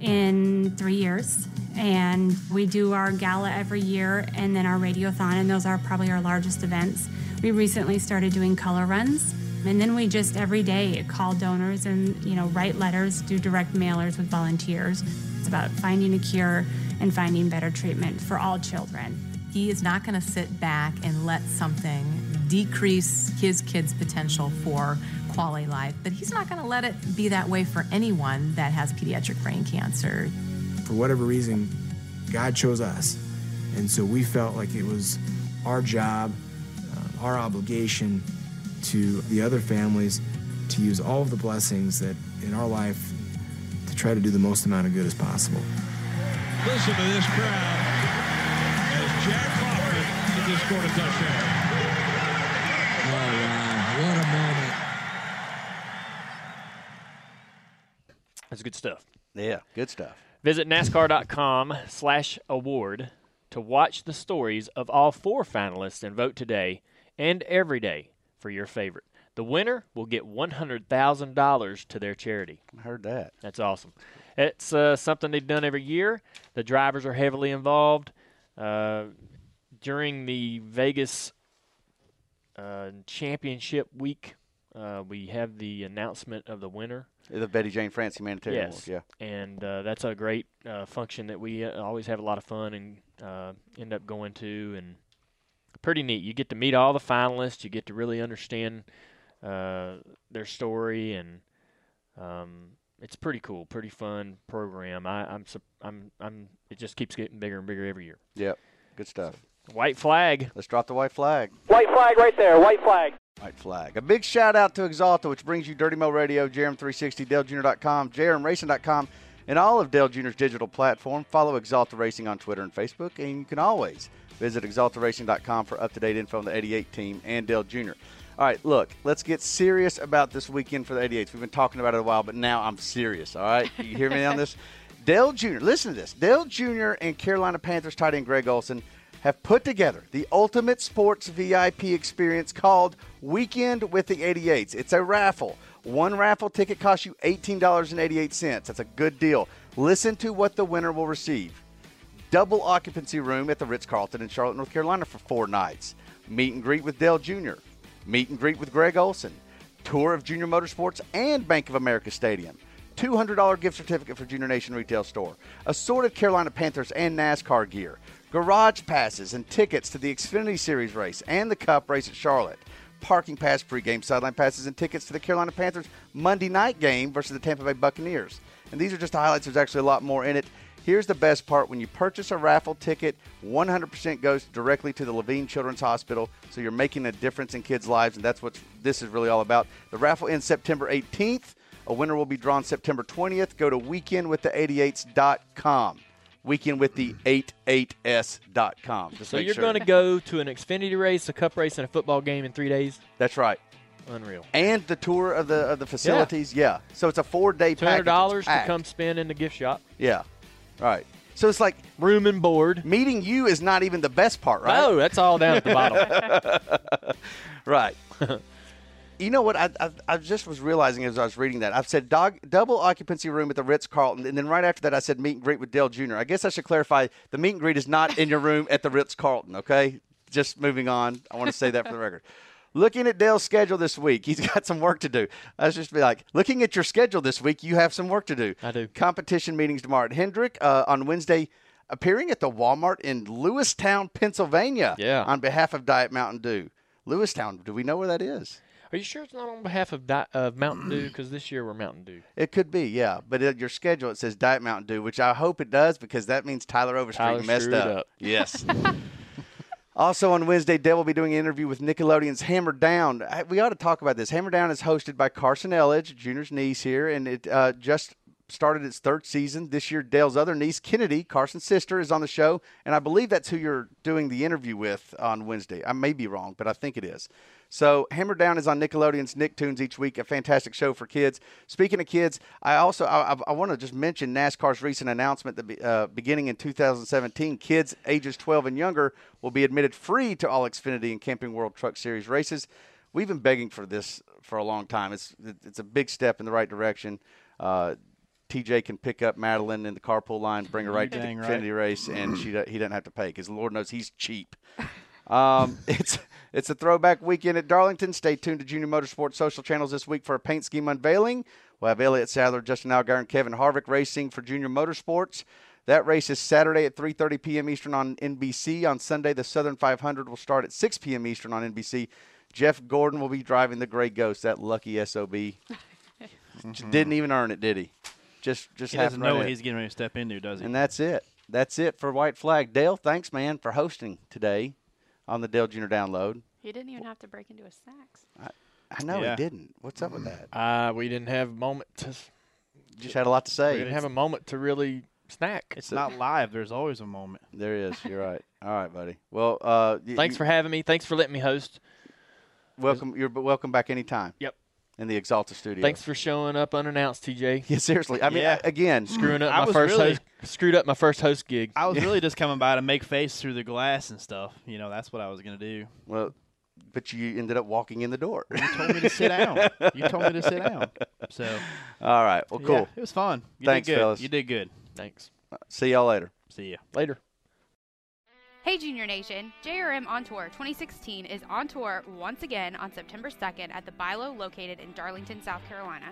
S5: in three years, and we do our gala every year, and then our radiothon, and those are probably our largest events. We recently started doing color runs, and then we just every day call donors and you know write letters, do direct mailers with volunteers. It's about finding a cure and finding better treatment for all children.
S11: He is not going to sit back and let something decrease his kid's potential for quality life, but he's not going to let it be that way for anyone that has pediatric brain cancer.
S8: For whatever reason, God chose us. And so we felt like it was our job, uh, our obligation to the other families to use all of the blessings that in our life to try to do the most amount of good as possible.
S14: Listen to this crowd as Jack Hoffman has just scored a touchdown.
S12: Oh, wow. What a moment.
S4: That's good stuff.
S3: Yeah, good stuff.
S4: Visit NASCAR.com slash award to watch the stories of all four finalists and vote today and every day for your favorite. The winner will get $100,000 to their charity.
S3: I heard that.
S4: That's awesome. it's uh, something they've done every year. The drivers are heavily involved. Uh, during the Vegas uh, championship week, uh, we have the announcement of the winner.
S3: The Betty Jane France Humanitarian
S4: yes.
S3: Award.
S4: And uh, that's a great uh, function that we uh, always have a lot of fun and uh, end up going to, and pretty neat. You get to meet all the finalists. You get to really understand uh, their story, and um, it's pretty cool, pretty fun program. I, I'm, sup- I'm, I'm. It just keeps getting bigger and bigger every year.
S3: Yeah. Yep. Good stuff.
S4: White flag.
S3: Let's drop the white flag.
S11: White flag right there. White flag.
S3: White flag. A big shout out to Exalta, which brings you Dirty Mo Radio, JRM360, DaleJr.com, JRMRacing.com, and all of Dale Jr.'s digital platform. Follow Exalta Racing on Twitter and Facebook, and you can always visit ExaltaRacing.com for up to date info on the 88 team and Dale Jr. All right, look, let's get serious about this weekend for the 88s. We've been talking about it a while, but now I'm serious, all right? You hear me on this? Dale Jr., listen to this. Dale Jr. and Carolina Panthers tight end Greg Olson have put together the ultimate sports VIP experience called Weekend with the 88s. It's a raffle. One raffle ticket costs you $18.88. That's a good deal. Listen to what the winner will receive double occupancy room at the Ritz Carlton in Charlotte, North Carolina for four nights, meet and greet with Dell Jr., meet and greet with Greg Olson, tour of Junior Motorsports and Bank of America Stadium. $200 gift certificate for Junior Nation Retail Store, assorted Carolina Panthers and NASCAR gear, garage passes and tickets to the Xfinity Series race and the Cup race at Charlotte, parking pass pregame sideline passes and tickets to the Carolina Panthers Monday night game versus the Tampa Bay Buccaneers. And these are just the highlights. There's actually a lot more in it. Here's the best part when you purchase a raffle ticket, 100% goes directly to the Levine Children's Hospital. So you're making a difference in kids' lives, and that's what this is really all about. The raffle ends September 18th. A winner will be drawn September 20th. Go to weekendwiththe88s.com. Weekend with the 88s.com. Just
S4: So
S3: make
S4: you're
S3: sure.
S4: going to go to an Xfinity race, a Cup race, and a football game in three days.
S3: That's right.
S4: Unreal.
S3: And the tour of the of the facilities, yeah. So it's a four day
S4: Two
S3: package.
S4: hundred
S3: It's
S4: dollars to
S3: packed.
S4: come spend in the gift shop.
S3: Yeah. Right. So it's like
S4: room and board.
S3: Meeting you is not even the best part, right?
S4: No, Oh, that's all down at the
S3: bottom. right. You know what? I, I, I just was realizing as I was reading that. I've said dog, double occupancy room at the Ritz Carlton, and then right after that, I said meet and greet with Dale Jr. I guess I should clarify the meet and greet is not in your room at the Ritz Carlton, okay? Just moving on. I want to say that for the record. Looking at Dale's schedule this week, he's got some work to do. I was just be like, looking at your schedule this week, you have some work to do. I do. Competition meetings tomorrow at Hendrick uh, on Wednesday, appearing at the Walmart in Lewistown, Pennsylvania. Yeah. On behalf of Diet Mountain Dew. Lewistown, do we know where that is?
S4: Are you sure it's not on behalf of Di- of Mountain Dew? Because this year we're Mountain Dew.
S3: It could be, yeah. But at your schedule, it says Diet Mountain Dew, which I hope it does because that means Tyler Overstreet
S4: Tyler
S3: messed
S4: screwed
S3: up.
S4: up.
S3: Yes. also on Wednesday, Dale will be doing an interview with Nickelodeon's Hammer Down. I- We ought to talk about this. Hammer Down is hosted by Carson Elledge, Junior's niece here, and it uh, just started its third season this year. Dale's other niece, Kennedy, Carson's sister, is on the show, and I believe that's who you're doing the interview with on Wednesday. I may be wrong, but I think it is. So Hammer Down is on Nickelodeon's Nicktoons each week, a fantastic show for kids. Speaking of kids, I also I, I- I want to just mention NASCAR's recent announcement that be, uh, beginning in 2017, kids ages 12 and younger will be admitted free to all Xfinity and Camping World Truck Series races. We've been begging for this for a long time. It's it's a big step in the right direction. Uh, TJ can pick up Madeline in the carpool line, bring her right to the
S6: Dang right.
S3: Xfinity race, and she do- he doesn't have to pay because Lord knows he's cheap. Um, it's it's a throwback weekend at Darlington. Stay tuned to Junior Motorsports social channels this week for a paint scheme unveiling. We'll have Elliott Sadler, Justin Allgaier, and Kevin Harvick racing for Junior Motorsports. That race is Saturday at 3:30 p.m. Eastern on NBC. On Sunday, the Southern 500 will start at 6 p.m. Eastern on NBC. Jeff Gordon will be driving the Gray Ghost, that lucky sob. Didn't even earn it, did he? Just just
S6: He doesn't
S3: happened right
S6: know what
S3: at-
S6: he's getting ready to step into, does he?
S3: and that's it. That's it for White Flag. Dale, thanks, man, for hosting today on the Dale Jr. Download.
S5: He didn't even have to break into a sax.
S3: I know
S4: Yeah.
S3: he didn't. What's up with that?
S4: Uh, we didn't have a moment to.
S3: Just had a lot to say.
S4: Mm-hmm. We didn't have a moment to really snack.
S6: It's not live. There's always a moment.
S3: There is. You're right. All right, buddy. Well, uh, y-
S4: Thanks
S3: you-
S4: for having me. Thanks for letting me host.
S3: welcome. You're b- welcome back anytime.
S4: Yep.
S3: In the Exalta studio.
S4: Thanks for showing up unannounced, TJ.
S3: Yeah, seriously. I mean, I- again,
S4: screwing up
S6: I
S4: my
S6: was
S4: first
S6: really-
S4: host, screwed up my first host gig.
S6: I was really just coming by to make face through the glass and stuff. You know, that's what I was gonna do.
S3: Well, but you ended up walking in the door. You
S6: told me to sit down. You told me to sit down. So,
S3: All right. Well,
S6: yeah,
S3: cool.
S6: it was fun. You did
S3: Thanks,
S6: good.
S3: fellas.
S6: You did good.
S16: Thanks.
S3: See y'all later.
S6: See ya.
S16: Later.
S5: Hey, Junior Nation! JRM On Tour 2016 is on tour once again on September 2nd at the Bilo located in Darlington, South Carolina.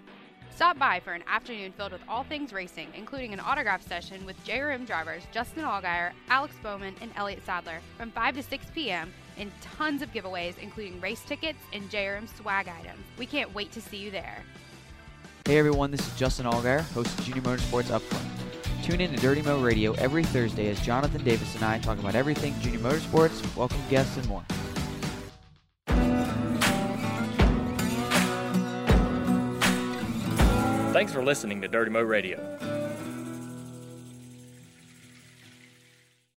S5: Stop by for an afternoon filled with all things racing, including an autograph session with JRM drivers Justin Allgaier, Alex Bowman, and Elliot Sadler from 5 to 6 p.m. and tons of giveaways, including race tickets and JRM swag items. We can't wait to see you there.
S4: Hey everyone, this is Justin Allgaier, host of Junior Motorsports Upfront. Tune in to Dirty Mo Radio every Thursday as Jonathan Davis and I talk about everything Junior Motorsports, welcome guests, and more.
S17: Thanks for listening to Dirty Mo Radio.